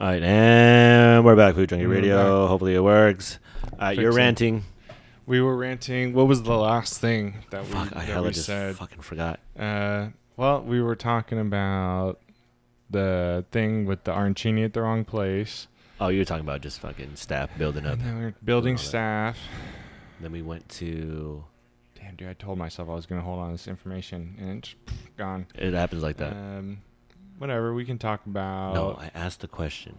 All right, and we're back. Food Junkie Radio. Hopefully it works. Uh, you're Fixing. ranting. We were ranting. What was the last thing that we, Fuck, I that hella we just said? fucking forgot. Uh, well, we were talking about the thing with the arancini at the wrong place. Oh, you were talking about just fucking staff building up. And then we we're building All that. staff. Then we went to. Damn, dude, I told myself I was going to hold on to this information, and it's gone. It happens like that. Um, whatever, we can talk about. no, I asked the question.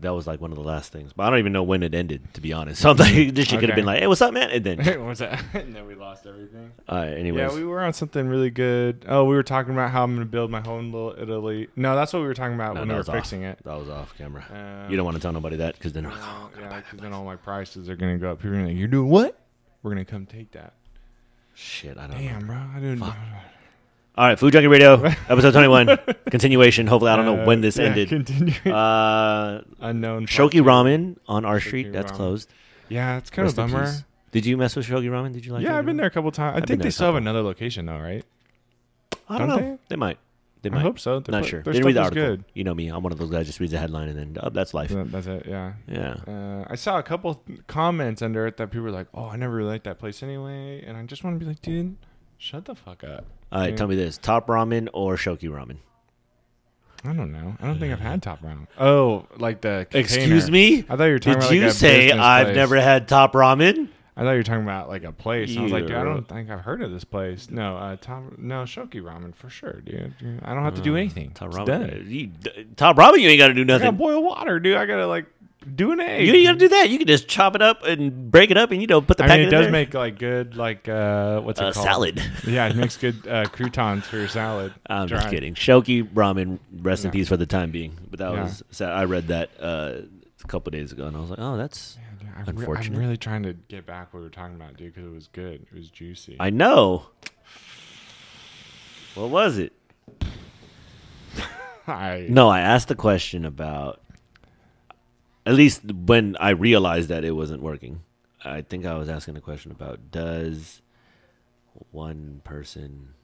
That was like one of the last things, but I don't even know when it ended. To be honest, so I'm like, this shit could have Okay. been like, "Hey, what's up, man?" And then, what was that? and then we lost everything. all right, anyways, Yeah, we were on something really good. Oh, we were talking about how I'm going to build my own little Italy. No, that's what we were talking about No, when that we were was off. fixing it. that was off camera. Um, you don't want to tell nobody that because then, they're like, No, "Oh, yeah, 'cause then all my prices are gonna go up. People are gonna be like, "You're doing what? We're gonna come take that." shit, I don't know. Damn, bro, I didn't. Fuck. All right, Food Junkie Radio, episode 21, continuation. Hopefully, I don't know Uh, when this yeah, ended. Continue. Uh, Unknown. part Shoki two. Ramen on our street, Shoki that's Ramen. closed. Yeah, it's kind of a Rest in bummer. peace. Did you mess with Shoki Ramen? Did you like Yeah, I've Shoki been Ramen? there a couple times. I I've been think there they a still have couple. another location though, right? I don't Don't know. They? might. They might. I hope so. Their Not pla- sure. Their Didn't read the stuff article. is You know me. I'm one of those guys just reads the headline and then, oh, that's life. good. That- That's it. Yeah. Yeah. Uh, I saw a couple comments under it that people were like, "Oh, I never really liked that place anyway," and I just want to be like, "Dude, shut the fuck up." All right, Yeah. tell me this top ramen or Shoki Ramen? I don't know. I don't think I've had top ramen. Oh, like the Excuse container. me? I thought you were talking Did about you like a say business I've place. never had top ramen? I thought you were talking about like a place. and I was like, dude, I Yeah. don't think I've heard of this place. No, uh, Tom, no Shoki Ramen for sure, dude. Dude, I don't have to do anything. Top It's Mm, ramen. done. You, d- top ramen, you ain't got to do I gotta nothing. boil water, dude. I gotta like do an egg. You ain't got to do that. You can just chop it up and break it up and, you know, put the I packet mean, in it does there. make like good like uh, what's it uh, called? salad. Um, yeah, it makes good uh, croutons for your salad. I'm just Dry. kidding. Shoki ramen, rest in Yeah. peace for the time being. But that Yeah. was sad. I read that uh, a couple days ago, and I was like, oh, that's. Yeah, dude, I'm, re- I'm Unfortunate. really trying to get back what we were talking about, dude, because it was good. It was juicy. I know. What was it? I- No, I asked the question about. At least when I realized that it wasn't working, I think I was asking the question about does one person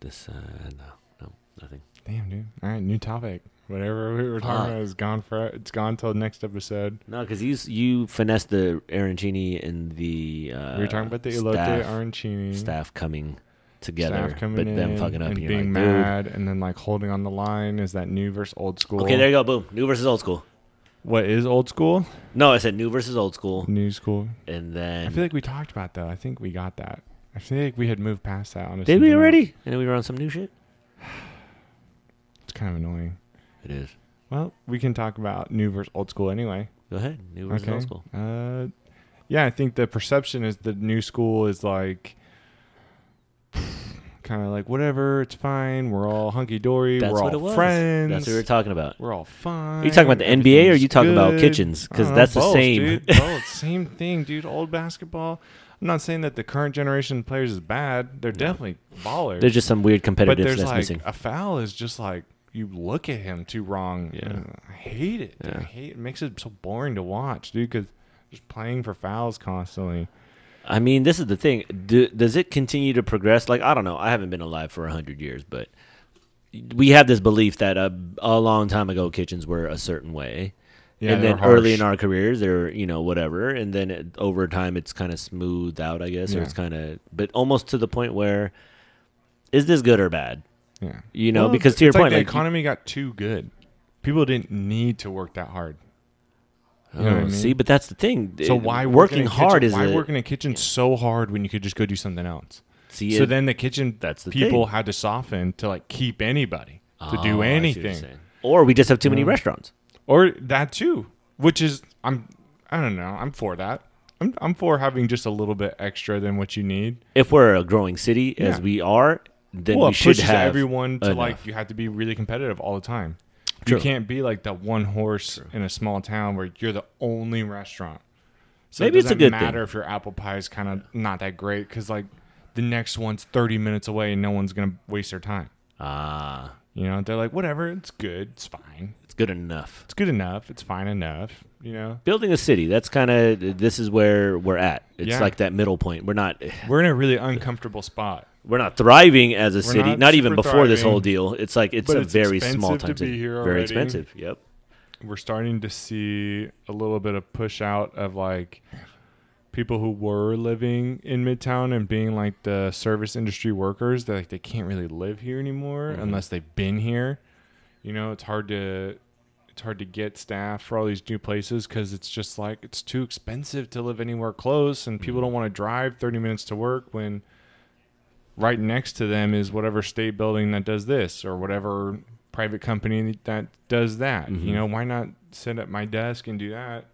decide? No, no, nothing. Damn, dude. All right, new topic. Whatever we were Fuck. talking about is gone for. It's gone till next episode. No, because you s- you finessed the arancini and the uh, we were talking about the elote staff, arancini staff coming together, staff coming but in them fucking up and, and you're being like, dude. mad, and then like holding on the line. Is that new versus old school? Okay, there you go. Boom. New versus old school. What is old school? No, I said new versus old school, New school. and I then feel like we talked about that. I think we got that. I feel like we had moved past that. On a did we something already? else. And then we were on some new shit. It's kind of annoying. It is. Well, we can talk about new versus old school anyway. Go ahead. New versus okay. old school. Uh, yeah, I think the perception is the new school is like kind of like whatever, it's fine. We're all hunky dory. That's We're what all it was. friends. That's what we were talking about. we're all fine. Are you talking about the NBA or are you everything's talking about good. kitchens? I Because don't know, that's the both, same. dude. both, same thing, dude. Old basketball. I'm not saying that the current generation of players is bad. They're definitely ballers. There's just some weird but competitiveness there's like missing. a foul is just like you look at him too wrong. Yeah. And I hate it. dude. Yeah. I hate it. Makes it so boring to watch, dude. Because just playing for fouls constantly. I mean, this is the thing. Do, does it continue to progress? Like, I don't know. I haven't been alive for 100 years, but we have this belief that a, a long time ago, kitchens were a certain way. Yeah, and they then were early harsh. in our careers, they're, you know, whatever. And then it, over time, it's kind of smoothed out, I guess. Or Yeah. it's kind of, but almost to the point where is this good or bad? Yeah, You know, because to your it's like point, the like, you- economy got too good. People didn't need to work that hard. You know what I Oh, mean? See, but that's the thing. So It- why work in working a hard kitchen, is why a, work in a kitchen so hard when you could just go do something else? see, So it- then the kitchen That's the people thing. had to soften to like keep anybody to Oh, I see do what you're anything. saying. Or we just have too many restaurants. or that too which is i'm i don't know i'm for that i'm, I'm for having just a little bit extra than what you need If we're a growing city as Yeah. we are, then well we it should pushes have everyone to like enough. you have to be really competitive all the time True. you can't be like that one horse in a small town where you're the only restaurant so Maybe it it's a doesn't good matter thing. if your apple pie is kind of not that great because like the next one's 30 minutes away and no one's gonna waste their time Ah, you know they're like whatever it's good it's fine it's It's good enough. It's good enough. It's fine enough. You know, Building a city, that's kind of this is where we're at. It's Yeah. like that middle point. We're not we're in a really uncomfortable spot. we're not thriving as a city. Not, not even super before this whole thriving, deal. It's like it's but a it's very small expensive to time be here Very already. expensive. Yep. We're starting to see a little bit of push out of like people who were living in Midtown and being like the service industry workers. That like they can't really live here anymore unless they've been here. You know, it's hard to it's hard to get staff for all these new places because it's just like it's too expensive to live anywhere close, and people don't want to drive 30 minutes to work when right next to them is whatever state building that does this or whatever private company that does that. You Mm-hmm. know, why not sit at my desk and do that?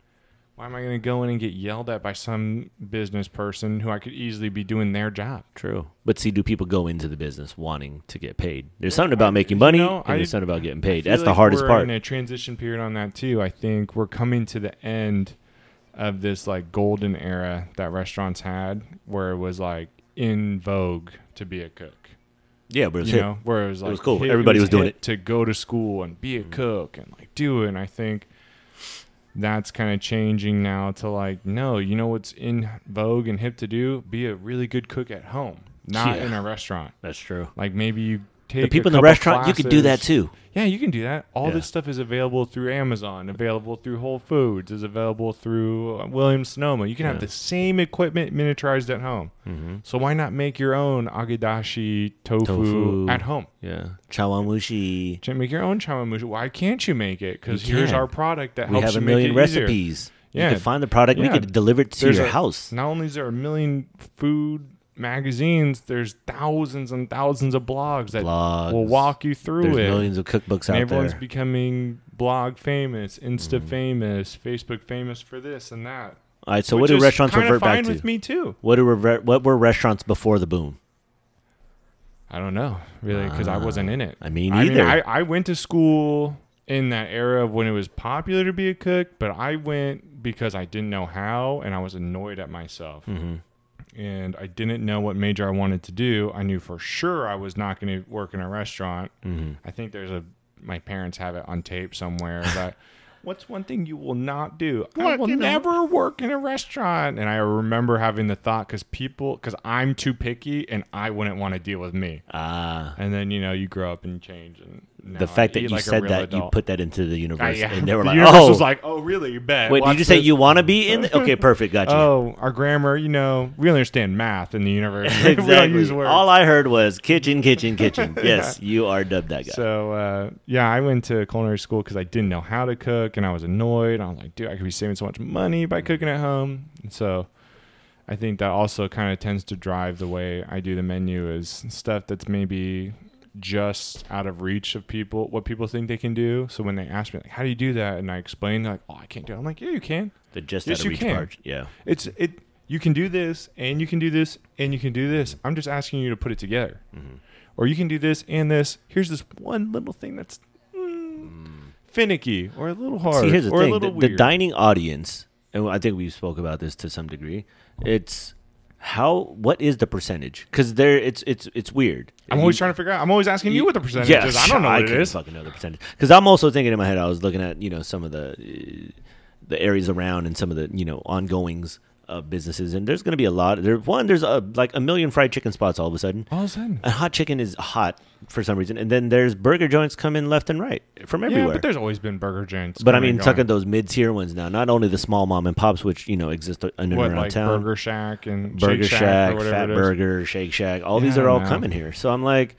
Why am I going to go in and get yelled at by some business person who I could easily be doing their job? True. But see, do people go into the business wanting to get paid? There's something about making money, know, and I- there's something about getting paid. feel That's the like hardest we're part. In a transition period on that too. I think we're coming to the end of this like golden era that restaurants had, where it was like in vogue to be a cook. yeah, but it's you hip. know, where it was like was cool. hip- Everybody was doing Mm-hmm. hip to go to school and be a cook and like do it. And I think that's kind of changing now to like, no, you know what's in vogue and hip to do? Be a really good cook at home, not Yeah. in a restaurant. that's true. Like maybe you take The a people in the couple restaurant, you could do that classes. too. Yeah, you can do that. All Yeah. this stuff is available through Amazon, available through Whole Foods, is available through uh, Williams Sonoma. You can Yeah. have the same equipment miniaturized at home. So why not make your own agadashi tofu, Tofu. at home? Yeah, chawamushi. Ch- Make your own chawanmushi. Why can't you make it? Because You here's can. our product that We helps have a you million make it easier. recipes. Yeah. You can find the product. Yeah. We could deliver it to There's your a- house. Not only is there a million food magazines, there's thousands and thousands of blogs that Blogs. will walk you through There's it. millions of cookbooks And out everyone's there. Mm-hmm. becoming blog famous, Insta famous, Facebook famous for this and that. All right. So which what do is restaurants kinda revert back fine to? with me too. What do rever- what were restaurants before the boom? I don't know really because I wasn't in it. I mean, I either. I, I went to school in that era of when it was popular to be a cook, but I went because I didn't know how and I was annoyed at myself. And I didn't know what major I wanted to do. I knew for sure I was not going to work in a restaurant. I think there's a my parents have it on tape somewhere that what's one thing you will not do? I will never work in a restaurant. And I remember having the thought because people because I'm too picky and I wouldn't want to deal with me. Ah, And then you know you grow up and change. And now the fact I that eat you like a said real that you adult. put that into the Ah, universe, yeah. and they were The like, universe "Oh, was like, oh, really? You bet. wait, Watch did you say this." you want to be in?" The- okay, perfect, gotcha. Oh, our grammar. You know, we understand math in the universe. we don't use words. All I heard was kitchen, kitchen, kitchen. Yes, you are dubbed that guy. so uh, yeah, I went to culinary school because I didn't know how to cook, and I was annoyed. I was like, dude, I could be saving so much money Mm-hmm. by cooking at home. And so I think that also kind of tends to drive the way I do the menu is stuff that's maybe just out of reach of people, what people think they can do. So when they ask me, like, how do you do that? And I explain, they're like, oh, I can't do it. I'm like, yeah, you can. the just Yes, out of you reach can. part. Yeah. It's it. You can do this, and you can do this, and you can do this. Mm-hmm. I'm just asking you to put it together, or you can do this and this. Here's this one little thing that's mm, finicky, or a little hard, See, here's the or a thing: little the, the weird. dining audience, and I think we spoke about this to some degree. It's how what is the percentage? Because there, it's it's it's weird. I'm always trying to figure out. I'm always asking you, what the percentage Yes, is. I don't know what it couldn't is. Fucking know the percentage. Because I'm also thinking in my head, I was looking at you know some of the uh, the areas around and some of the you know ongoings of businesses, and there's going to be a lot. There one, there's a, like a million fried chicken spots all of a sudden. All of a sudden, And hot chicken is hot for some reason, and then there's burger joints coming left and right from everywhere. yeah, but there's always been burger joints. But I coming mean, and talking going. those mid-tier ones now. Not only the small mom and pops, which you know exist in and what around like town, Burger Shack and Burger Shake Shack, Shack, or whatever Fat it is. Burger, Shake Shack. All these Yeah, are all man. coming here. So I'm like,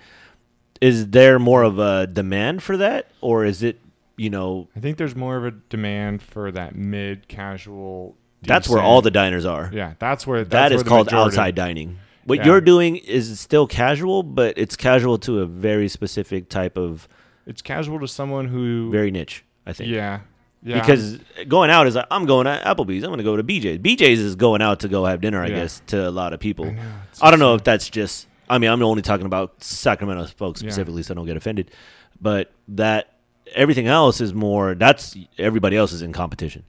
is there more of a demand for that, or is it you know I think there's more of a demand for that mid casual. that's where all the diners are? yeah. That's where that's that where is the called majority- outside dining. What Yeah. you're doing is still casual, but it's casual to a very specific type of It's casual to someone who very niche. I think. Yeah. Yeah. Because going out is like, I'm going to Applebee's. I'm going to go to BJ's. BJ's is going out to go have dinner, I Yeah. guess, to a lot of people. I, know, it's don't know if that's just. I mean, I'm only talking about Sacramento folks Yeah. specifically, so don't get offended. But that everything else is more. That's everybody else is in competition.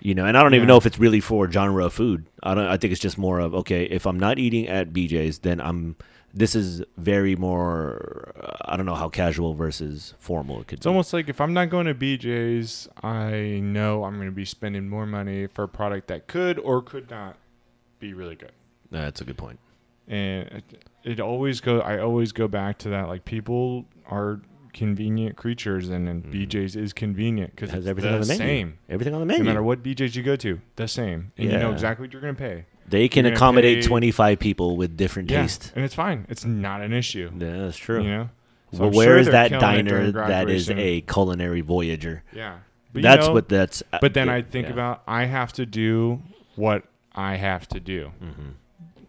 You know, and I don't even Yeah. know if it's really for genre of food. I don't. I think it's just more of okay. If I'm not eating at BJ's, then I'm this is very more. uh, I don't know how casual versus formal it could It's be. almost like if I'm not going to BJ's, I know I'm going to be spending more money for a product that could or could not be really good. That's a good point. and it- it always go i always go back to that like people are convenient creatures and, and bjs is convenient because Mm-hmm. It has it's everything the on the menu. same Everything on the no menu. matter what bjs you go to the same and you know Yeah. exactly what you're gonna pay they can you're gonna accommodate pay- 25 people with different yeah taste. and it's fine it's not an issue Yeah, that's true. you know So Well, I'm where sure is they're that killing it diner during that is graduation. a culinary voyager? yeah But you that's know- what that's. uh, but then yeah, i think yeah. about i have to do what i have to do Mm-hmm.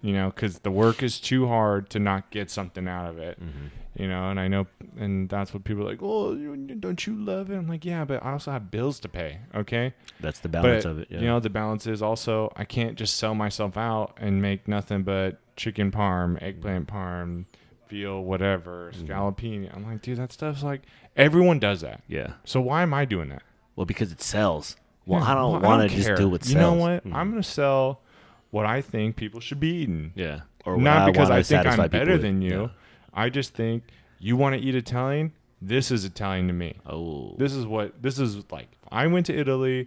you know because the work is too hard to not get something out of it Mm-hmm. you know and i know and that's what people are like oh you- don't you love it i'm like yeah but i also have bills to pay okay that's the balance but of it. Yeah. you know the balance is also i can't just sell myself out and make nothing but chicken parm eggplant parm veal whatever Mm-hmm. scallopini i'm like dude that stuff's like everyone does that yeah. so why am i doing that Well, because it sells. Well, yeah, I don't well, want to just care. do what sells. Hmm. You know what? I'm gonna sell what I think people should be eating. Yeah. Or what Not because wanna I think satisfy I'm people better with. than you. Yeah. I just think you want to eat Italian. This is Italian to me. Oh. This is what this is like. I went to Italy.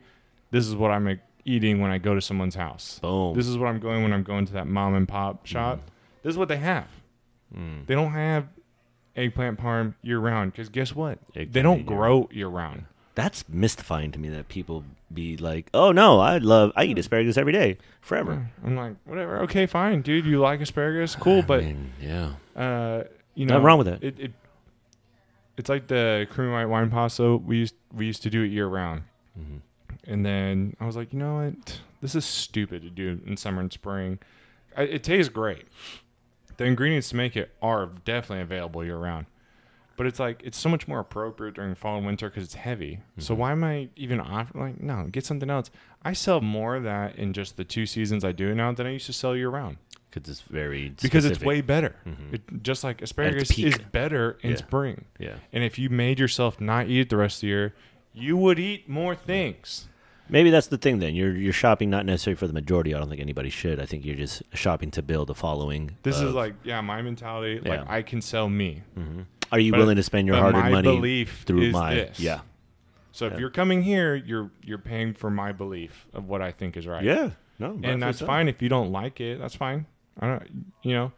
This is what I'm like, eating when I go to someone's house. Boom. This is what I'm going when I'm going to that mom and Hmm. pop shop. This is what they have. They don't have eggplant parm year round because guess what? they Eggplant don't year grow year round. That's mystifying to me that people be like, "Oh no, I love I eat asparagus every day forever." I'm like, whatever. Okay, fine, dude. You like asparagus? Cool, but yeah. uh, you know, Nothing wrong with that. It, it it's like the creamy white wine pasta we used we used to do it year round, Mm-hmm. and then I was like, you know what, this is stupid to do in summer and spring. I, it tastes great. The ingredients to make it are definitely available year round, but it's like it's so much more appropriate during fall and winter because it's heavy. So Mm-hmm. why am I even offering? Like, no, get something else. I sell more of that in just the two seasons I do it now than I used to sell year round Cuz it's very because specific. it's Mm-hmm. way better. It, just like asparagus peak. is better in Yeah. spring. Yeah. And if you made yourself not eat it the rest of the year, you would eat more things. Maybe that's the thing then. You're you're shopping not necessarily for the majority. I don't think anybody should. I think you're just shopping to build a following. This is of, like, yeah, my mentality. Yeah. Mm-hmm. Like, I can sell me. are you but- willing to spend your but my hard-earned money belief through is my this. Yeah. So if you're coming here, you're you're paying for my belief of what I think is right. Yeah. No. and that's fine if you don't like it. That's fine. I don't, you know,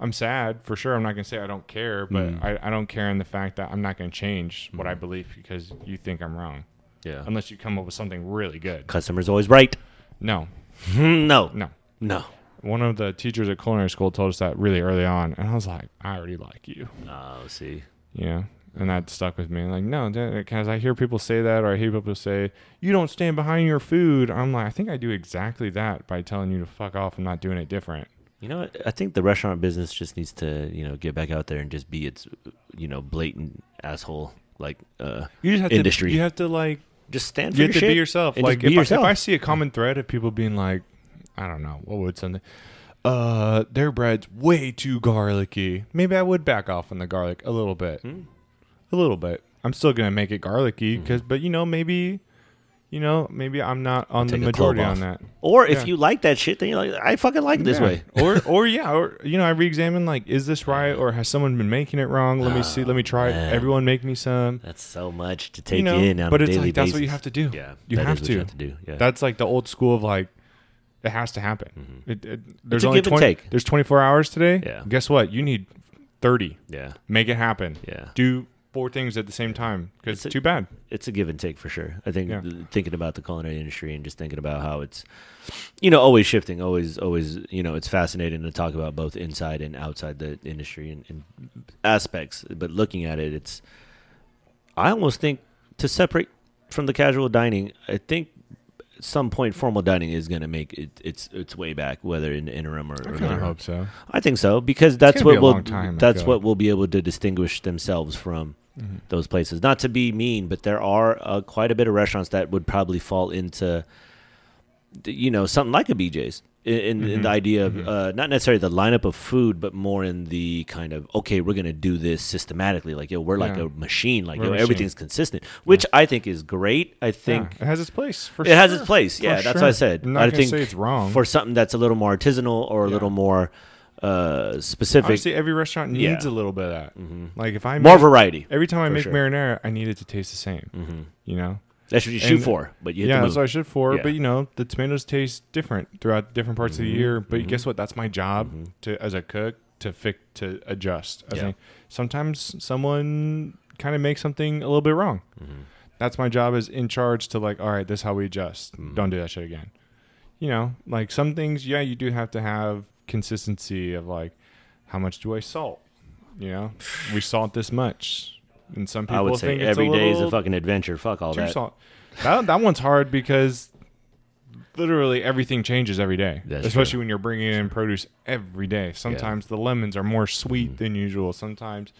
I'm sad for sure. I'm not gonna say I don't care, but Mm. I, I don't care in the fact that I'm not gonna change what I believe because you think I'm wrong, Yeah. unless you come up with something really good. Customer's always right. No, no. no. No. One of the teachers at culinary school told us that really early on, and I was like, I already like you, Oh, see. you know, and that stuck with me. Like, no, because I hear people say that, or I hear people say you don't stand behind your food. I'm like, I think I do exactly that by telling you to fuck off and not doing it different. You know, what? I think the restaurant business just needs to, you know, get back out there and just be its, you know, blatant asshole like uh, You just have industry. To, you have to like just stand for you your have to shit be yourself. and just Like be if, yourself. I, if I see a common thread of people being like, I don't know, what would something. Uh, their bread's way too garlicky. Maybe I would back off on the garlic a little bit, Hmm. a little bit. I'm still gonna make it garlicky, cause but you know maybe, you know maybe I'm not on the Take a clove majority on off. that. Or if Yeah. you like that shit, then you're like, I fucking like it this Yeah. way. or or yeah, or you know I re-examine like is this right or has someone been making it wrong? Let me see. Let me try. it. man. Everyone make me some. That's so much to Ah. take you know, in on but a it's daily like that's basis. what you have to do. Yeah, you, that is have what to. you have to do. Yeah. That's like the old school of like, it has to happen. It, it, there's Mm-hmm. a only give and 20, take. There's 24 hours today. Yeah. Guess what? You need 30. yeah, Make it happen. yeah. Do four things at the same time because It's it's, a- too bad. It's a give and take for sure. I think Yeah. th- thinking about the culinary industry and just thinking about how it's, you know, always shifting, always, always, you know, it's fascinating to talk about both inside and outside the industry and, and aspects. But looking at it, it's, I almost think to separate from the casual dining, I think at some point formal dining is going to make it, its its way back, whether in the interim or, or I not. hope so. I think so because that's gonna what be a will long time, Mm-hmm. I that's feel what like. will be able to distinguish themselves from those places. Not to be mean, but there are uh, quite a bit of restaurants that would probably fall into th- you know something like a BJ's in, in, in Mm-hmm. the idea of uh, not necessarily the lineup of food, but more in the kind of okay, we're gonna do this systematically. Like yo, we're like Yeah. a machine. Like We're a yo, machine. everything's consistent, which I think is great. I think Yeah, it has its place. For it has sure. its place. For Yeah, that's sure. what I said. I'm not I gonna think say it's wrong. for something that's a little more artisanal or a Yeah. little more uh, specific, Honestly, every restaurant needs Yeah. a little bit of that. Mhm. Like if I more make- variety. every time I for make sure. marinara, I need it to taste the same. hmm You know. That's what you shoot And- for, but you yeah, have that's to what move. I should for. Yeah. But you know, the tomatoes taste different throughout different parts of the Mhm, year. But mhm. guess what? That's my job Mhm. to as a cook to fix to adjust. I Yeah. think sometimes someone kind of makes something a little bit wrong. Mhm. That's my job as in charge to like, all right, this is how we adjust. Mhm. Don't do that shit again. You know, like some things, yeah, you do have to have consistency of like, how much do I salt? You know, we salt this much, and some people I would say think it's every day is little a fucking adventure. Fuck all too that. salt. That, that one's hard because literally everything changes every day, That's especially true. when you're bringing in produce every day. Sometimes the lemons are more sweet Mm. than usual. Sometimes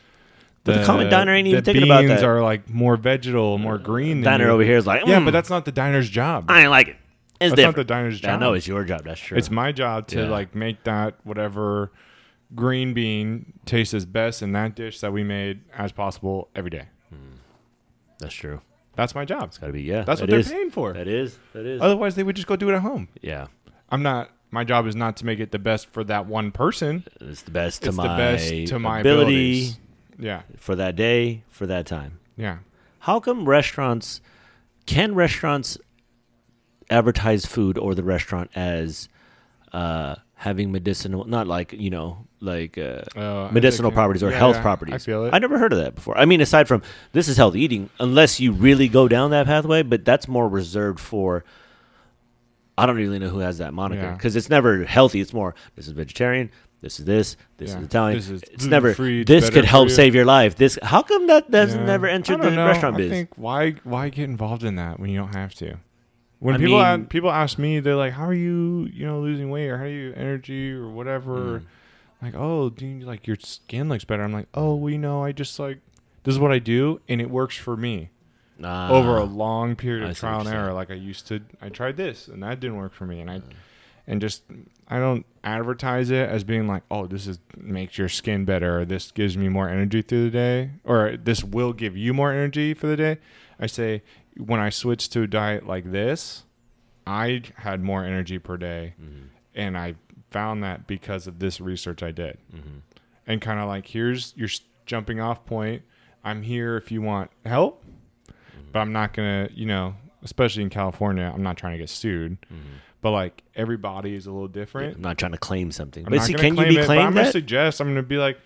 But the common diner ain't the even thinking about beans that. are like more vegetal, more green. Than Diner you- over here is like, Yeah, "Mm, but that's not the diner's job. I ain't like it. It's that's not different. the diner's I job. know it's your job. That's true. It's my job to Yeah. like make that whatever green bean taste as best in that dish that we made as possible every day. that's true. That's my job. It's got to be yeah. That's what that they're is. paying for. That is. That is. Otherwise, they would just go do it at home. yeah. I'm not. My job is not to make it the best for that one person. It's the best to It's my the best to my ability abilities. Yeah, for that day for that time. yeah. How come restaurants can restaurants advertise food or the restaurant as uh, having medicinal, not like you know, like uh, Oh, I medicinal think- properties or yeah, health yeah, properties. I feel it. I never heard of that before. I mean, aside from this is healthy eating, unless you really go down that pathway, but that's more reserved for. I don't really know who has that moniker Yeah. because it's never healthy. It's more this is vegetarian. This is this. This Yeah. is Italian. This is it's never. gluten-free, it's This better could for help you. save your life. This. How come that doesn't Yeah. never I entered the don't know. restaurant I biz? think why why get involved in that when you don't have to? When I people mean- a- people ask me, they're like, "How are you? You know, losing weight or how do you energy or whatever?" Hmm. Like, "Oh, do you like your skin looks better?" I'm like, "Oh, well, you know, I just like this is what I do, and it works for me." Nah. over a long period Ah, I of see what trial and you're error. Like I used to, I tried this and that didn't work for me, and I, and just I don't advertise it as being like, oh, this is makes your skin better, or this gives me more energy through the day, or this will give you more energy for the day. I say when I switched to a diet like this, I had more energy per day, Mm-hmm. and I found that because of this research I did, and kind of like here's your s- jumping off point. I'm here if you want help but I'm not gonna, you know, especially in California, I'm not trying to get sued. Mm-hmm. But like every body is a little different. I'm not trying to claim something. I'm But not see, gonna can you claim be it, but I'm claimed gonna that? suggest. I'm gonna be like,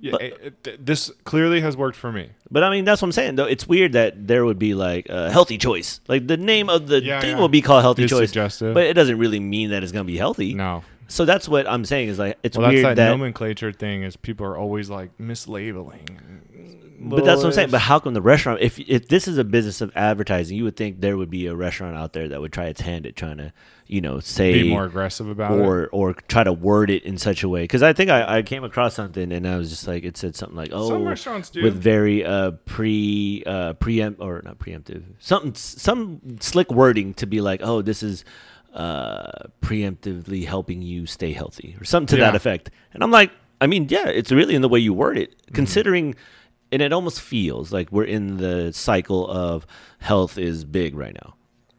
yeah, But- it- it- th- this clearly has worked for me. But I mean, that's what I'm saying. Though it's weird that there would be like a healthy choice. Like the name of the Yeah, thing yeah. will be called healthy It's choice, suggestive. but it doesn't really mean that it's going to be healthy. No, So that's what I'm saying is like it's well, that's weird that, that. nomenclature thing. Is people are always like mislabeling. but that's what I'm saying. Littlest- But how come the restaurant? If if this is a business of advertising, you would think there would be a restaurant out there that would try its hand at trying to, you know, say be more aggressive about it. or or try to word it in such a way. Because I think I, I came across something and I was just like, it said something like, oh, Some restaurants do. with very uh pre uh preempt or not preemptive something some slick wording to be like, oh, this is uh preemptively helping you stay healthy or something to that Yeah. effect. And I'm like, I mean, yeah, it's really in the way you word it, Mm-hmm. considering. And it almost feels like we're in the cycle of health is big right now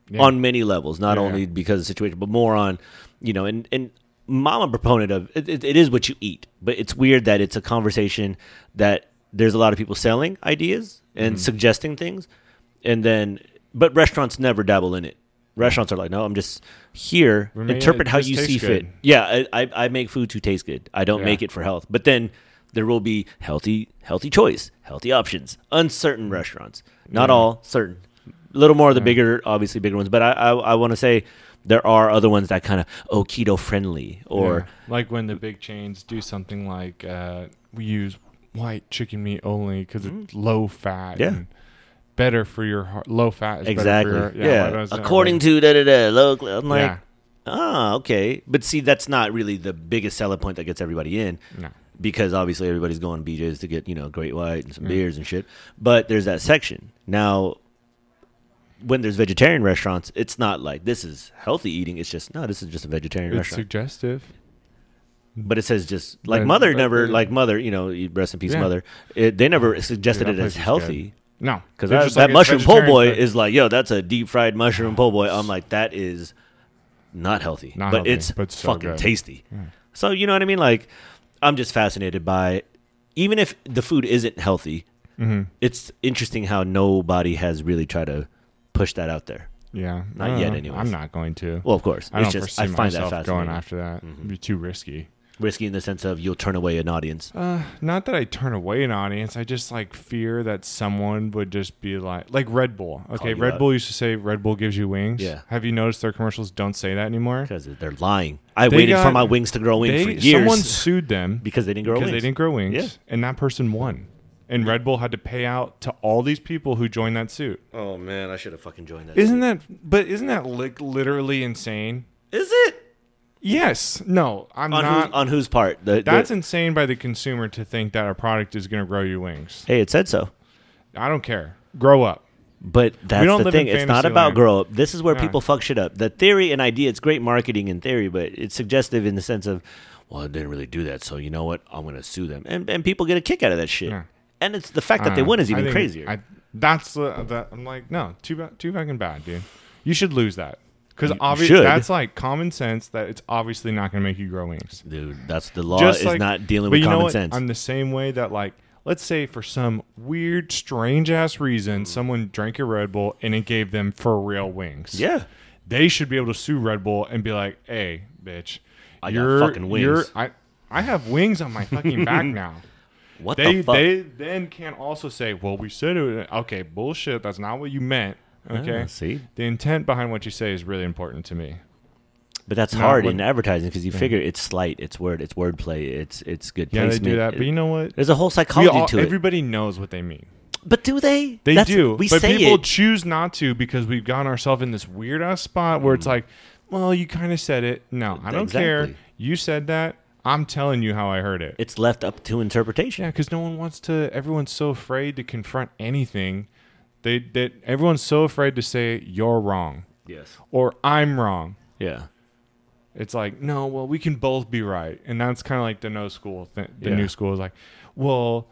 Yeah. on many levels, not Yeah, only yeah. because of the situation, but more on, you know, and and mom a proponent of it, it, it is what you eat, but it's weird that it's a conversation that there's a lot of people selling ideas and Mm-hmm. suggesting things, and then but restaurants never dabble in it. Restaurants are like, no, I'm just here. We're making interpret it how just you taste see fit. good. Yeah, I, I, I make food to taste good. I don't Yeah. make it for health. But then there will be healthy, healthy choice, healthy options. Mm. Uncertain restaurants, not Yeah. all certain. A little Mm. more of the bigger, obviously bigger ones. But I, I, I want to say there are other ones that kind of oh keto friendly or Yeah. like when the big chains do something like uh, we use white chicken meat only because it's low fat. Mm. Yeah. and better for your heart. Low fat is exactly better for your yeah, why does it- according to da da da local. I'm like yeah, ah okay, but see that's not really the biggest selling point that gets everybody in. no. because obviously everybody's going to BJ's to get you know great white and some Mm. beers and shit. But there's that section now. When there's vegetarian restaurants, it's not like this is healthy eating. It's just no, this is just a vegetarian it's restaurant. suggestive. but it says just like But- mother but never they- like mother. You know, rest in peace, Yeah. Oh, mother. It, they never suggested Dude, that it as place is healthy. good. No, Because They're that, just that like, it's mushroom po' vegetarian, boy but- is like, yo, that's a deep fried mushroom po' boy. I'm like, that is not healthy, Not but healthy, it's but so fucking good. tasty. So you know what I mean? Like, I'm just fascinated by, even if the food isn't healthy, Mhm. it's interesting how nobody has really tried to push that out there. Yeah. Not I don't yet know. anyways. Uh, I'm not going to. Well, of course, I it's don't just foresee I find that myself going fascinating. Mm-hmm. after that. It'd be too risky. Risky in the sense of you'll turn away an audience. Uh, not that I turn away an audience. I just like fear that someone would just be like, like Red Bull. Okay, you Red out. Bull used to say Red Bull gives you wings. Yeah. Have you noticed their commercials don't say that anymore? Because they're lying. I They waited for got- my wings to grow in for They years someone sued them because they didn't grow because wings. they didn't grow wings, Yeah. and that person won. And Red Bull had to pay out to all these people who joined that suit. Oh man, I should have fucking joined that. Isn't that? But isn't that like literally insane? Is it Yes. No, I'm on not. whose, on whose part? The- the- that's insane by the consumer to think that a product is going to grow you wings. hey, it said so. I don't care. Grow up. But that's don't the live in thing. It's not fantasy about land. grow up. This is where Yeah. people fuck shit up. The theory and idea, it's great marketing in theory, but it's suggestive in the sense of, well, I didn't really do that, so you know what? I'm gonna sue them, and and people get a kick out of that shit. Yeah. And it's the fact that they Uh, win is I even think crazier. I, that's the, that I'm like, no, too bad, too fucking bad, dude. You should lose that because obviously should. that's like common sense. That it's obviously not going to make you grow wings. Dude, that's the law Just is like- Uh, not dealing but with you know common what? sense. I'm the same way that like, let's say for some weird, strange ass reason, someone drank a Red Bull and it gave them for real wings. yeah. they should be able to sue Red Bull and be like, hey, bitch, I got you're fucking wings." You're, I, I have wings on my fucking back now. What they the fuck? they then can also say, "Well, we said it." Okay, bullshit. That's not what you meant. Okay, Ah, see? the intent behind what you say is really important to me. But that's Not hard what- in advertising because you figure it's slight, it's word, it's wordplay, it's it's good Yeah, placement. they do that, but you know what? There's a whole We psychology all, to it. everybody knows what they mean. but do they? They That's- do, We but say people it. choose not to because we've gotten ourselves in this weird ass spot where it's like, "Well, you kind of said it." No, I don't care. Mm. Exactly. You said that. I'm telling you how I heard it. it's left up to interpretation. Yeah, because no one wants to. Everyone's so afraid to confront anything. They that everyone's so afraid to say you're wrong Yes. or I'm wrong. Yeah. It's like no, well, we can both be right, and that's kind of like the no school thing. The Yeah. new school is like, well,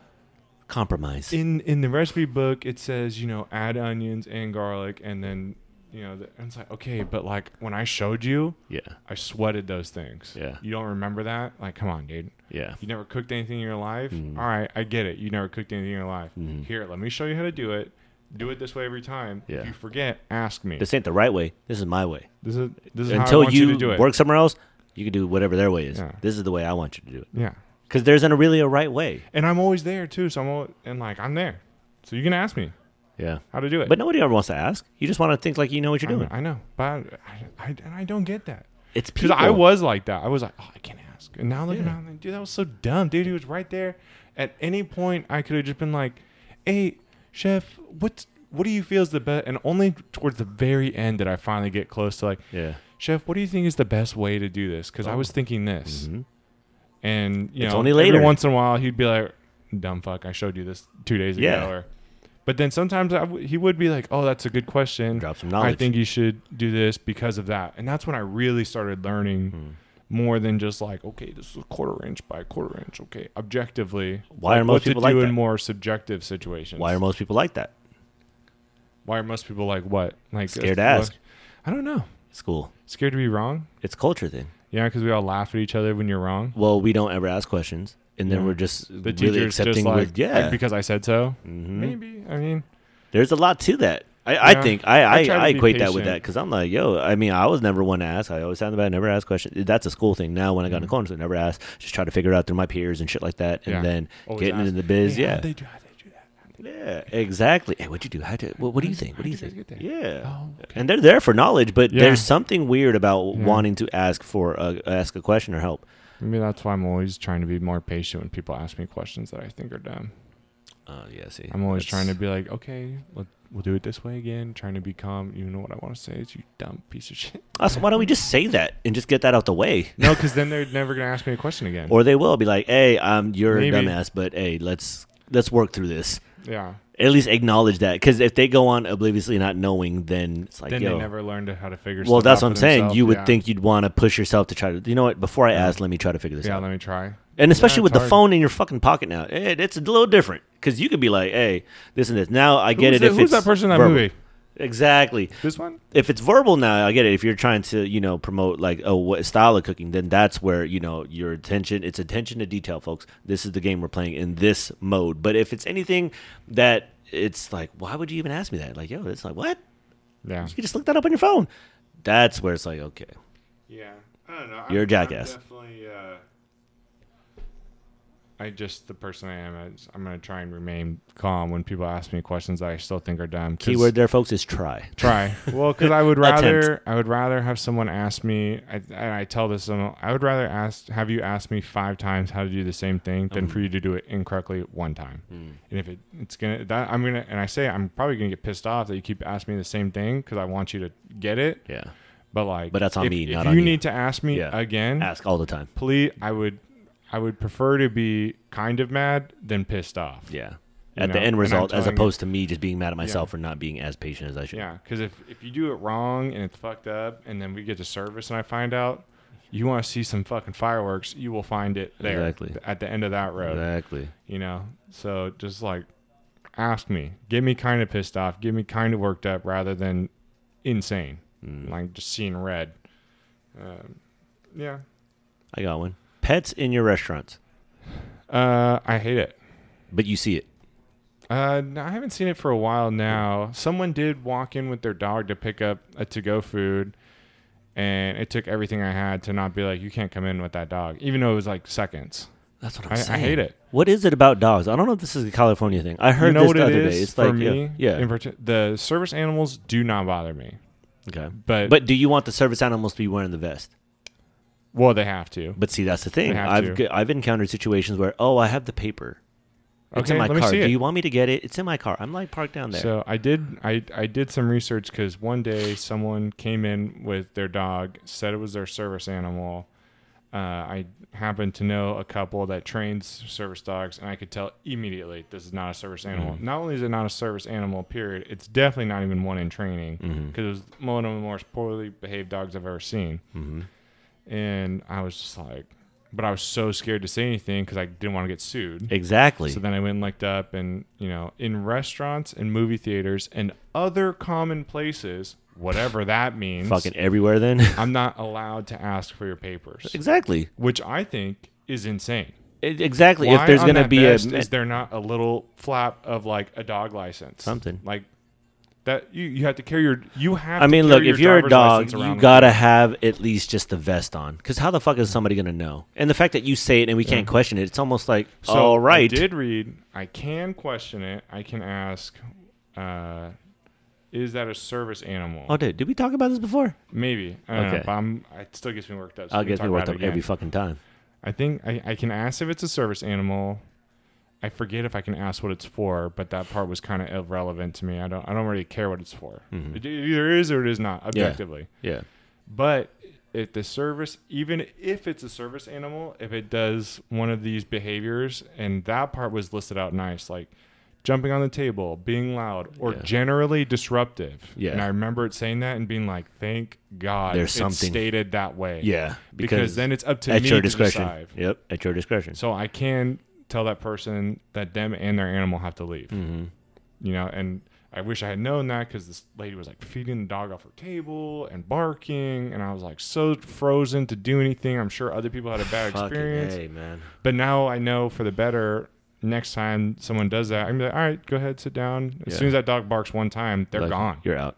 Compromise. in in the recipe book it says you know add onions and garlic, and then you know, the, and it's like okay, but like when I showed you, yeah. I sweated those things. Yeah. you don't remember that? Like, come on, dude. Yeah. You never cooked anything in your life? Mm-hmm. All right, I get it. You never cooked anything in your life. Here, let me show you how to do it. Do it this way every time. Yeah. If you forget, ask me. This, This ain't the right way. This is my way. is this is how I Until want you, you, to do it. work somewhere else, you can do whatever their way is. Yeah. This is the way I want you to do it. Yeah. Because there isn't a really a right way. And I'm always there too, so I'm always, and like I'm there. So you can ask me Yeah. how to do it. But nobody ever wants to ask. You just want to think like you know what you're I, doing. I know, but I, I, and I don't get that it's because people. I was like that. I was like, oh, I can't ask. And now look Yeah. around, I'm like, dude, that was so dumb, dude. He was right there. At any point, I could have just been like, hey, chef, what's what do you feel is the best? And only towards the very end did I finally get close to like, Yeah. Chef, what do you think is the best way to do this? Because I was thinking this, and you Oh. Mm-hmm. It's know, only later. every once in a while he'd be like, "Dumb fuck, I showed you this two days ago." Yeah. Or, but then sometimes I w- he would be like, "Oh, that's a good question. Drop some I knowledge. think you should do this because of that." And that's when I really started learning Hmm. more than just like, "Okay, this is a quarter inch by quarter inch." Okay, objectively, Why are like, most what to people like do that? in more subjective situations? Why are most people like that? Why are most people like what? Like Scared to uh, ask. I don't know. It's cool. Scared to be wrong. It's a culture thing. Yeah, because we all laugh at each other when you're wrong. Well, we don't ever ask questions, and then Yeah. we're just the really teacher's accepting. just like, with, yeah, Mm-hmm. like, because I said so. Maybe I mean There's a lot to that. I, I Yeah. think I I, I try to I, be equate that with patient. that because I'm like, yo, I mean, I was never one to ask. I always sounded bad, never asked questions. That's a school thing now. When I got into college, I never asked. Just try to figure it out through my peers and shit like that, and Yeah. then Always getting ask, into the biz. "Hey, yeah, how'd they do, how'd they do that? How'd they-" yeah, exactly. Hey, what'd you do? How did? What, what do you think? What do you How'd you think? guys get Yeah, Oh, okay. and they're there for knowledge, but Yeah. there's something weird about Yeah. wanting to ask for uh, ask a question or help. Maybe that's why I'm always trying to be more patient when people ask me questions that I think are dumb. Uh, yeah, see, I'm always trying to that's- be like, okay, let, we'll do it this way again. Trying to be calm. You know what I want to say is you dumb piece of shit. Also, why don't we just say that and just get that out the way? No, because then they're never gonna ask me a question again. Or they will be like, "Hey, um, you're Maybe. a dumbass, but hey, let's let's work through this." yeah, At least acknowledge that, because if they go on obliviously not knowing, then it's like, then yo. they never learned how to figure. well, stuff out that's what for I'm saying. themselves. You would Yeah. think you'd want to push yourself to try to, you know what? Before I ask, let me try to figure this Yeah, out. let me try. and especially Yeah, with it's the hard. phone in your fucking pocket now, it, it's a little different because you could be like, "Hey, this and this." Now I get Who's it. that- if who's it's that person in that verbal. movie? Exactly. This one? If it's verbal now, I get it. If you're trying to, you know, promote like oh what style of cooking, then that's where, you know, your attention it's attention to detail, folks. This is the game we're playing in this mode. But if it's anything that it's like, why would you even ask me that? Like, yo, it's like what? Yeah. You can just look that up on your phone. That's where it's like, okay. Yeah. I don't know. You're a I'm jackass. definitely. Uh, I just the person I am. I just- I'm gonna try and remain calm when people ask me questions that I still think are dumb. 'cause- Keyword there, folks, is try. Try. Well, because I would Attempt. rather I would rather have someone ask me. I, and I tell this. someone, I would rather ask have you ask me five times how to do the same thing than Mm. for you to do it incorrectly one time. And if it, it's gonna that I'm gonna and I say I'm probably gonna get pissed off that you keep asking me the same thing because I want you to get it. Yeah. But like, But that's on if, me, If not you on you. need to ask me Yeah. again, Ask all the time. please. I would. I would prefer to be kind of mad than pissed off. Yeah. You At know, the end and I'm result, as telling you- opposed to me just being mad at myself for not being as patient as I should. Yeah, because if, if you do it wrong and it's fucked up, and then we get to service and I find out you want to see some fucking fireworks, you will find it there Exactly. th- at the end of that road. Exactly. You know, so just like ask me, get me kind of pissed off, get me kind of worked up rather than insane, Mm. like just seeing red. Um, yeah, I got one. Pets in your restaurants, uh, I hate it. but you see it. Uh, no, I haven't seen it for a while now. Someone did walk in with their dog to pick up a to-go food, and it took everything I had to not be like, "You can't come in with that dog," even though it was like seconds. That's what I'm I- I saying. hate it. What is it about dogs? I don't know if this is a California thing. I heard you know this what the it other is day. It's for like yeah, me? yeah. in parti- the service animals do not bother me, okay. but But do you want the service animals to be wearing the vest? well, they have to. But see, that's the thing. They have I've to. g- I've encountered situations where oh, I have the paper. It's Okay, in my let me car. see Do it. you want me to get it? It's in my car. I'm like parked down there. So I did I, I did some research because one day someone came in with their dog, said it was their service animal. Uh, I happen to know a couple that trains service dogs, and I could tell immediately this is not a service Mm-hmm. animal. Not only is it not a service animal, period, it's definitely not even one in training because Mm-hmm. it was one of the most poorly behaved dogs I've ever seen. Mm-hmm. And I was just like, but I was so scared to say anything because I didn't want to get sued. exactly. So then I went and looked up, and you know, in restaurants and movie theaters and other common places, whatever that means, Fucking everywhere then. I'm not allowed to ask for your papers, exactly. which I think is insane. E- Exactly. if Why there's on gonna that be vest a is there not a little flap of like a dog license, Something. like that? You you have to carry your you have. I to mean, carry look, if your you're a driver's dog, license around you with gotta have at least just the vest on. Because how the fuck is somebody gonna know? And the fact that you say it and we can't question it, it's almost like, So all right, I did read. I can question it. I can ask. Uh, is that a service animal? oh, dude, did we talk about this before? Maybe. I don't Okay. know, but I'm, it still gets me worked up. so I'll we can get me talk worked about up it every again. fucking time. I think I, I can ask if it's a service animal. I forget if I can ask what it's for, but that part was kind of irrelevant to me. I don't I don't really care what it's for. It either is or it is not objectively. Mm-hmm. Yeah, But if the service, even if it's a service animal, if it does one of these behaviors, and that part was listed out nice, like jumping on the table, being loud, or Yeah. generally disruptive. Yeah. And I remember it saying that and being like, "Thank God, There's it's something- stated that way." yeah. Because, then it's up to at me your to discretion. decide. Yep, at your discretion. So I can tell that person that them and their animal have to leave. Mm-hmm. You know, and I wish I had known that because this lady was like feeding the dog off her table and barking, and I was like so frozen to do anything. I'm sure other people had a bad Fucking experience, hey, man. but now I know for the better. Next time someone does that, I'm like, all right, go ahead, sit down. As Yeah. soon as that dog barks one time, they're Like, gone. You're out.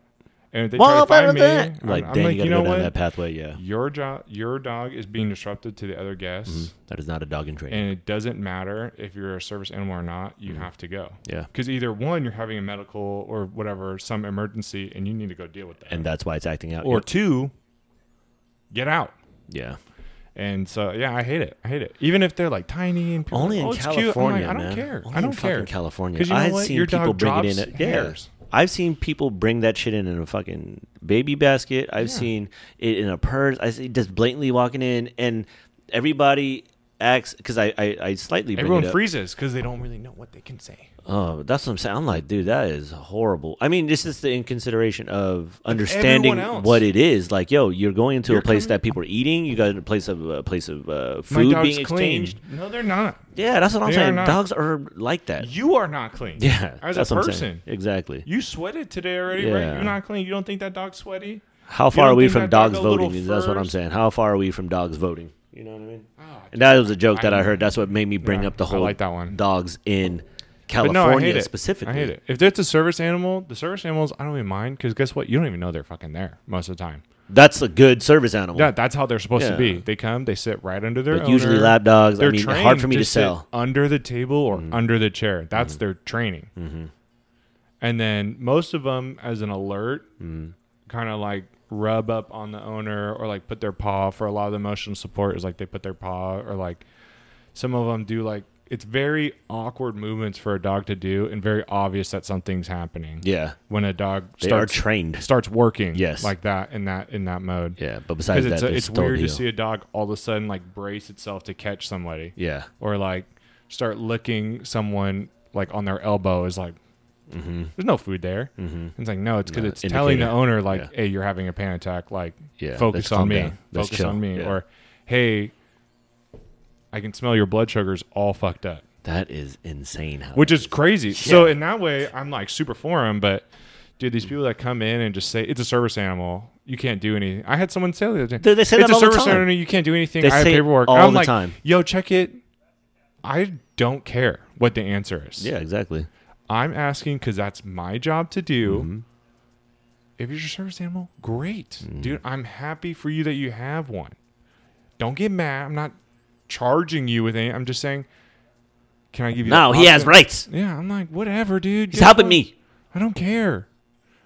And if they Well, try to but find me, that- I'm like, I'm dang, like, you gotta you know go down that what? pathway. Yeah, Your job, your dog is being disruptive to the other guests. that is not a dog in training. and it doesn't matter if you're a service animal or not you Mm-hmm. have to go Yeah. because either one you're having a medical or whatever some emergency and you need to go deal with that And that's why it's acting out. or Yep. two get out yeah, and so yeah i hate it i hate it even if they're like tiny and people are only like, in "Oh, it's cute," I'm like, California. i don't man. care Only i in don't fucking care California. 'Cause you know I've what? seen Your people dog bring it drops in. A, yeah, hairs. I've seen people bring that shit in in a fucking baby basket. I've seen it in a purse. I see just blatantly walking in, and everybody acts because I, I I slightly bring Everyone it up. freezes because they don't really know what they can say. Oh, that's what I'm saying. I'm like, dude, that is horrible. I mean, this is the inconsideration of understanding everyone else. what it is. Like, yo, you're going into You're a place coming- that people are eating. You got a place of a place of uh, My food dog's being clean. exchanged. No, they're not. Yeah, that's what I'm They are saying. not. Dogs are like that. You are not clean. yeah, As that's a what I'm person, saying. Exactly. you sweated today already, Yeah. right? You're not clean. You don't think that dog's sweaty? How far are don't we think from that dog dogs got little voting? is That's what I'm furs? saying. How far are we from dogs voting? You know what I mean? Oh, And that was a joke that I I- heard. That's what made me bring Yeah, up the I whole like that one. dogs in but California no, I hate it. specifically. I hate it. If it's a service animal, the service animals, I don't even mind because guess what? You don't even know they're fucking there most of the time. That's a good service animal. Yeah, that's how they're supposed Yeah. to be. They come, they sit right under their. But usually owner. lab dogs, I They're mean, hard trained for me to sit sell. Mm-hmm. under the table or under the chair. That's their training. And then most of them, as an alert, Mm. kind of like rub up on the owner or like put their paw for a lot of the emotional support is like they put their paw or like some of them do like it's very awkward movements for a dog to do and very obvious that something's happening Yeah. when a dog They starts are trained. starts working Yes. like that in that in that mode Yeah, but because besides it's, that, a, they it's stole weird to you. see a dog all of a sudden like brace itself to catch somebody Yeah. or like start licking someone like on their elbow is like there's no food there Mm-hmm. it's like no it's because No, it's telling the indicator. owner like Yeah. hey you're having a panic attack like Yeah, let's focus on calm me down. Let's focus chill. on me Yeah. or hey i can smell your blood sugars all fucked up That is insane. How which that is crazy. So Yeah. in that way, I'm like super for him. But dude, these people that come in and just say it's a service animal, you can't do anything. I had someone say the other day, Dude, they say it's that a all the service time. animal, you can't do anything. They I have say it paperwork. all I'm the like, time. yo, check it. I don't care what the answer is. yeah, exactly. I'm asking because that's my job to do. Mm-hmm. If you're a service animal, great, Mm-hmm. dude. I'm happy for you that you have one. Don't get mad. I'm not charging you with anything. I'm just saying, can I give you? No, the he has option? rights. Yeah, I'm like, whatever, dude. He's Guess helping what? me. I don't care.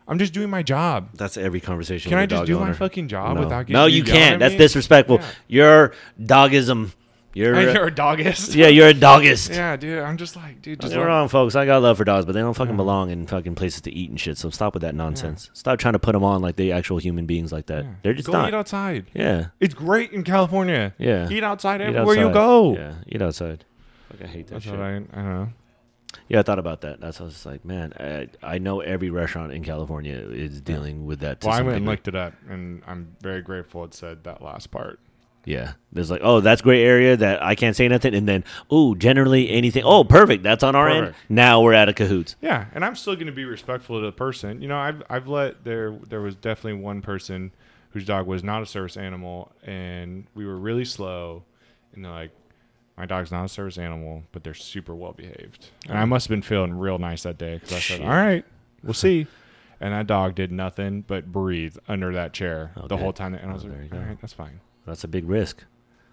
I'm just doing my job. That's every conversation. Can with I a just dog do my owner. fucking job no. without getting? No, you yelling can't. at That's me? disrespectful. Yeah. You're dogism. You're, And You're a dogist. yeah, you're a dogist. Yeah, dude. I'm just like, dude, just You're let- wrong, folks. I got love for dogs, but they don't fucking belong in fucking places to eat and shit. So stop with that nonsense. Stop trying to put them on like they actual human beings like that. yeah. They're just go not. eat outside. yeah. It's great in California. Yeah. Eat outside Eat everywhere you outside. go. Yeah, eat outside. Fuck, I hate that That's shit. what I, I don't know. Yeah, I thought about that. That's I was just like, man, I, I know every restaurant in California is dealing with that. To Well, I some went and degree. looked it up, and I'm very grateful it said that last part. yeah, there's like, oh, that's gray area that I can't say nothing, and then oh, generally anything. Oh, perfect, that's on our end. Perfect. Now we're out of cahoots. Yeah, and I'm still going to be respectful to the person. You know, I've I've let there there was definitely one person whose dog was not a service animal, and we were really slow, and they're like, "My dog's not a service animal, but they're super well behaved." And I must have been feeling real nice that day because I said, Oh. Shit. "All right, we'll see." And that dog did nothing but breathe under that chair the Okay. whole time. And I was Oh, there you like, go. "All right, that's fine." That's a big risk.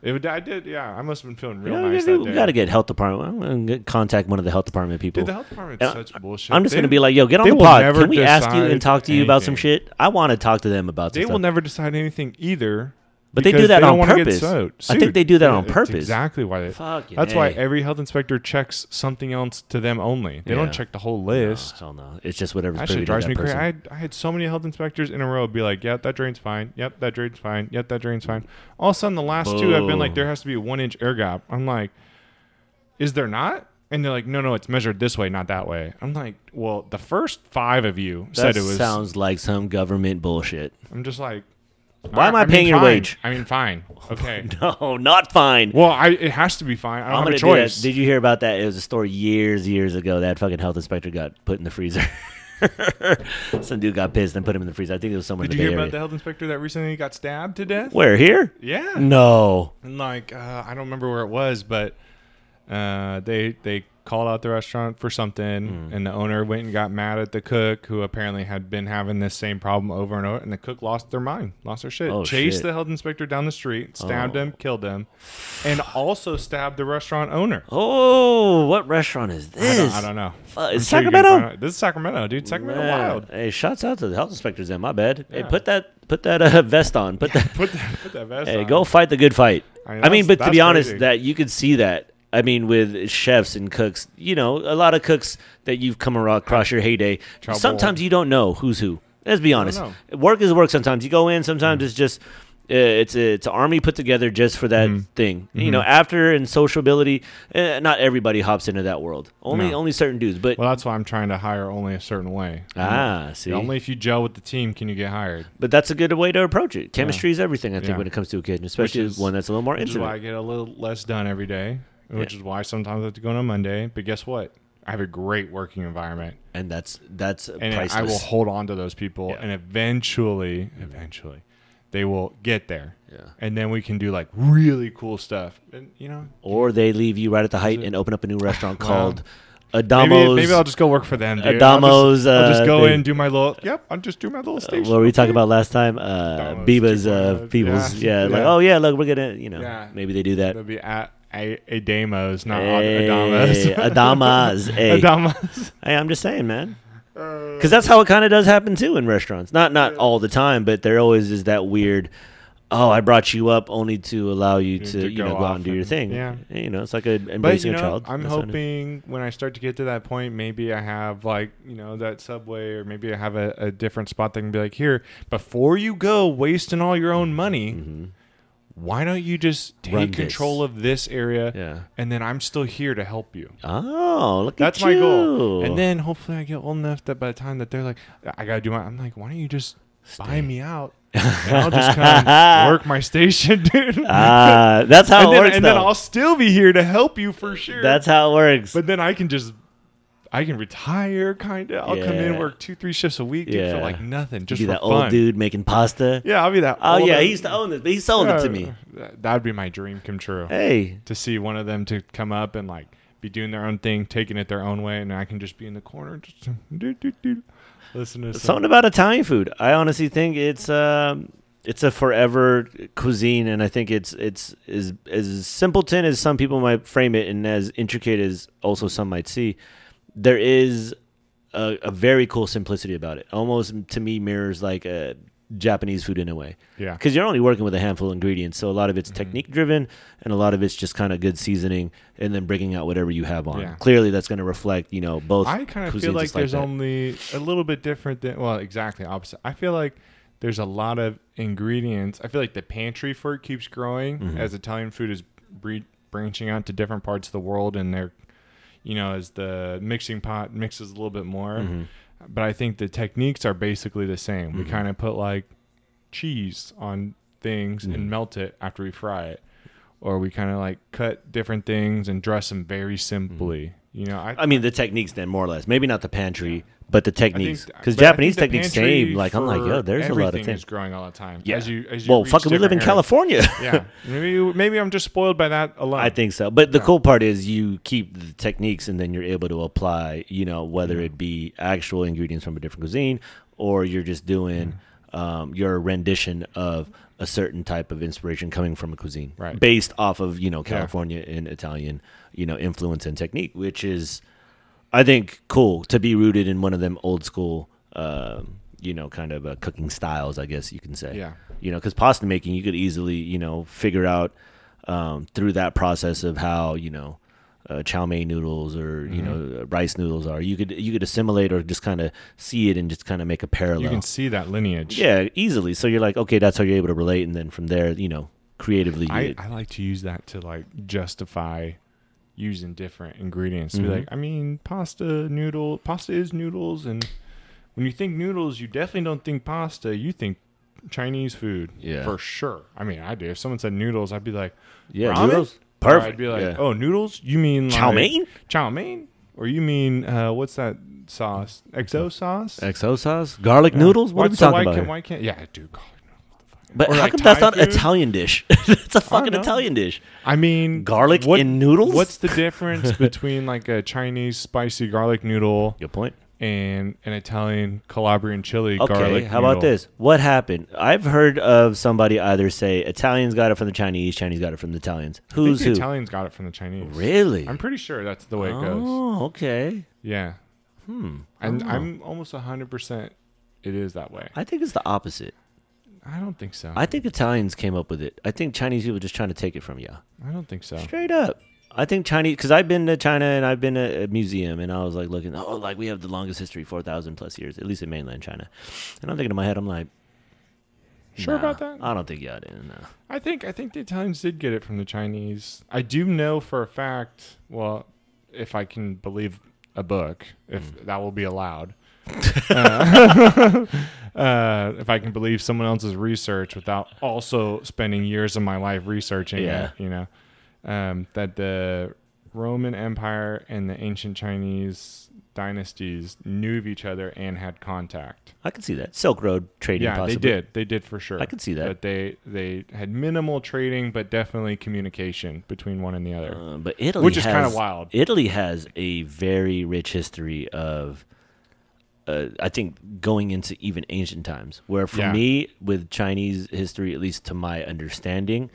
It would, I did, yeah. I must have been feeling real You know, nice we, that day. got to get health department. I'm gonna get- contact one of the health department people. Dude, the health department's And I- such bullshit. I'm just They- gonna be like, yo, get on they the will pod. never Can we ask you and decide talk to you about some anything. shit? I want to talk to them about. Some They stuff. will never decide anything either. But they do because that don't on wanna get purpose. so- I think sued. they do that on it's purpose. Exactly why they. Fucking that's why A. every health inspector checks something else to them only. They Yeah. don't check the whole No, list. hell no. It's just whatever's That privy shit to drives that me crazy. person. I had, I had so many health inspectors in a row be like, "Yep, that drain's fine. Yep, that drain's fine. Yep, that drain's fine." All of a sudden, the last two have been like, Boom. "There has to be a one-inch air gap." I'm like, "Is there not?" And they're like, "No, no, it's measured this way, not that way." I'm like, "Well, the first five of you That said it was." sounds like some government bullshit. I'm just like, Why am I mean, paying your fine. wage? I mean, fine. Okay. No, not fine. Well, I it has to be fine. I don't I'm have gonna a do that. choice. Did you hear about that? It was a story years, years ago. That fucking health inspector got put in the freezer. Some dude got pissed and put him in the freezer. I think it was somewhere in Did you the hear Bay about Area. the health inspector that recently got stabbed to death? Where here? Mm. Yeah. No. And like, uh, I don't remember where it was, but uh, they they called out the restaurant for something, Mm. and the owner went and got mad at the cook, who apparently had been having this same problem over and over. And the cook lost their mind, lost their shit, Oh, chased shit. the health inspector down the street, stabbed Oh. him, killed him, and also stabbed the restaurant owner. Oh, what restaurant is I this? don't, I don't know. Fu- I'm it's sure you can Sacramento? find out. This is Sacramento, dude. Sacramento Man. wild. Hey, shouts out to the health inspectors. Then my bad. Hey, Yeah. put that put that uh, vest on. Put that. Put that, put that vest Hey, on. go fight the good fight. I I mean, mean, that's- but to that's be honest, crazy. that you could see that. I mean, with chefs and cooks, you know, a lot of cooks that you've come aro- across your heyday, Trouble. Mm. sometimes you don't know who's who. Let's be honest. Work is work sometimes. You go in, sometimes it's just Uh, It's a, it's an army put together just for that Mhm. thing. You know, Mhm. after and sociability, uh, not everybody hops into that world. Only No. only certain dudes. But Well, that's why I'm trying to hire only a certain way. ah, see, Only if you gel with the team can you get hired. but that's a good way to approach it. Chemistry is everything, I think, Yeah. when it comes to a kid, especially is- one that's a little more Which is why I intimate. get a little less done every day, which is why sometimes I have to go on a Monday. But guess what? I have a great working environment, And that's that's and priceless. I will hold on to those people, Yeah. and eventually, eventually, they will get there, Yeah. and then we can do like really cool stuff. And you know, Or they leave you right at the height it- and open up a new restaurant Wow. called maybe, Adamo's. maybe I'll just go work for them. Dude. I'll Adamo's, just, I'll just uh, go thing. in, do my little. Yep, I'll just do my little Uh, station. what were we talking okay? about last time? Uh, Domino's Biba's, uh, 2.0. people's, yeah, Yeah. like, Yeah. oh yeah, look, we're gonna, you know, Yeah. maybe they do that. It'll be at a Adamos, not Hey, Adamas. Adamas, hey. Adamas. Hey, I'm just saying, man, Uh, because that's how it kind of does happen too in restaurants. Not not all the time, but there always is that weird. Oh, I brought you up only to allow you to, to you know go go out off and do your and- thing. yeah. you know, it's like a But you embracing know, a child. I'm That's what it is. hoping when I start to get to that point, maybe I have like you know that subway, or maybe I have a, a different spot that can be like, here before you go wasting all your own money, why don't you just take Mm-hmm. Run this. control of this area, Yeah. and then I'm still here to help you. Oh, look That's at my you. goal. And then hopefully I get old enough that by the time that they're like, I gotta do my, I'm like, why don't you just buy me out? And I'll just come work my station, dude. ah, that's how and it then, works. and then though. I'll still be here to help you for sure. that's how it works. But then I can just, I can retire, kind of. I'll come in Yeah. work two, three shifts a week, dude, for Yeah. like nothing, just be for that fun. old dude making pasta. Yeah, I'll be that. Oh old- yeah, he used to own this, but he sold it to Yeah, me. that- That'd be my dream come true. Hey, To see one of them to come up and like be doing their own thing, taking it their own way, and I can just be in the corner, just do, do, do, listen to some. something about Italian food. I honestly think it's um, it's a forever cuisine, and I think it's it's as as simpleton as some people might frame it, and as intricate as also some might see. There is a, a very cool simplicity about it. Almost to me mirrors like a Japanese food in a way. Yeah. Mm-hmm. because you're only working with a handful of ingredients so a lot of it's technique driven and a lot of it's just kind of good seasoning and then bringing out whatever you have on Yeah. clearly that's going to reflect you know both I kind of cuisines feel like just like there's that. only a little bit different than well, exactly opposite. I feel like there's a lot of ingredients. I feel like the pantry for it keeps growing Mm-hmm. as Italian food is bre- branching out to different parts of the world, and they're, you know, as the mixing pot mixes a little bit more. Mm-hmm. But I think the techniques are basically the same. We kind of put like cheese on things Mm-hmm. and melt it after we fry it. Or we kind of like cut different things and dress them very Mm-hmm. simply. You know, I, i mean the techniques then more or less maybe not the pantry but the techniques I think- because but I think japanese the techniques pantry same like i'm like for yo there's a lot of everything is things growing all the time. yeah As you, as you well reach fucking we live in different california areas. yeah, maybe maybe I'm just spoiled by that a lot. I think so. But the cool part is you keep the techniques and then you're able to apply, you know, whether it be actual ingredients from a different cuisine or you're just doing um, your rendition of a certain type of inspiration coming from a cuisine Right. based off of, you know, California and Italian, you know, influence and technique, which is, I think, cool to be rooted in one of them old school, um, you know, kind of uh, cooking styles, I guess you can say Yeah. you know because pasta making you could easily you know figure out um, through that process of how you know uh, chow mein noodles or Mm-hmm. you know uh, rice noodles are you could you could assimilate or just kind of see it and just kind of make a parallel you can see that lineage. yeah easily so you're like okay that's how you're able to relate and then from there you know creatively you I, get- I like to use that to like justify using different ingredients. Mm-hmm. To be like, I mean, pasta noodle, pasta is noodles, and when you think noodles, you definitely don't think pasta. You think Chinese food, Yeah. for sure. I mean, I do. If someone said noodles, I'd be like, yeah ramen? noodles Or perfect I'd be like, yeah. oh, noodles? You mean Chow like- mein? Chow mein? Or you mean uh, what's that sauce? Exo sauce? XO sauce garlic noodles what Why- are we so talking why about Can, here? why can't? Yeah, dude. God, no. but or how like come that's Thai not food? Italian dish it's a fucking know. Italian dish I mean, Garlic what- in noodles? What's the difference between like a Chinese spicy garlic noodle good point and an Italian Calabrian chili Okay, garlic? how about noodle? this? What happened? I've heard of somebody either say Italians got it from the Chinese, Chinese got it from the Italians. I think Who's the who? Italians got it from the Chinese. really? I'm pretty sure that's the way it goes. oh, okay. Yeah. Hmm. And I'm almost 100% it is that way. I think it's the opposite. I don't think so. I think Italians came up with it. I think Chinese people just trying to take it from you. I don't think so. Straight up. I think Chinese, because I've been to China and I've been to a museum and I was like looking, oh, like we have the longest history, 4,000 plus years, at least in mainland China. And I'm thinking in my head, I'm like, Sure Nah, about that? I don't think y'all did. No. I think I think the Italians did get it from the Chinese. I do know for a fact. Well, if I can believe a book, if that will be allowed, uh, uh, if I can believe someone else's research without also spending years of my life researching Yeah. it, you know, um, that the Roman Empire and the ancient Chinese dynasties knew of each other and had contact. I can see that Silk Road trading. Yeah, possibly. they did. They did for sure. I could see that. But they they had minimal trading, but definitely communication between one and the other. Uh, but Italy, Which is has- kinda wild. Italy has a very rich history of, uh, I think, going into even ancient times. Where for Yeah. me, with Chinese history, at least to my understanding,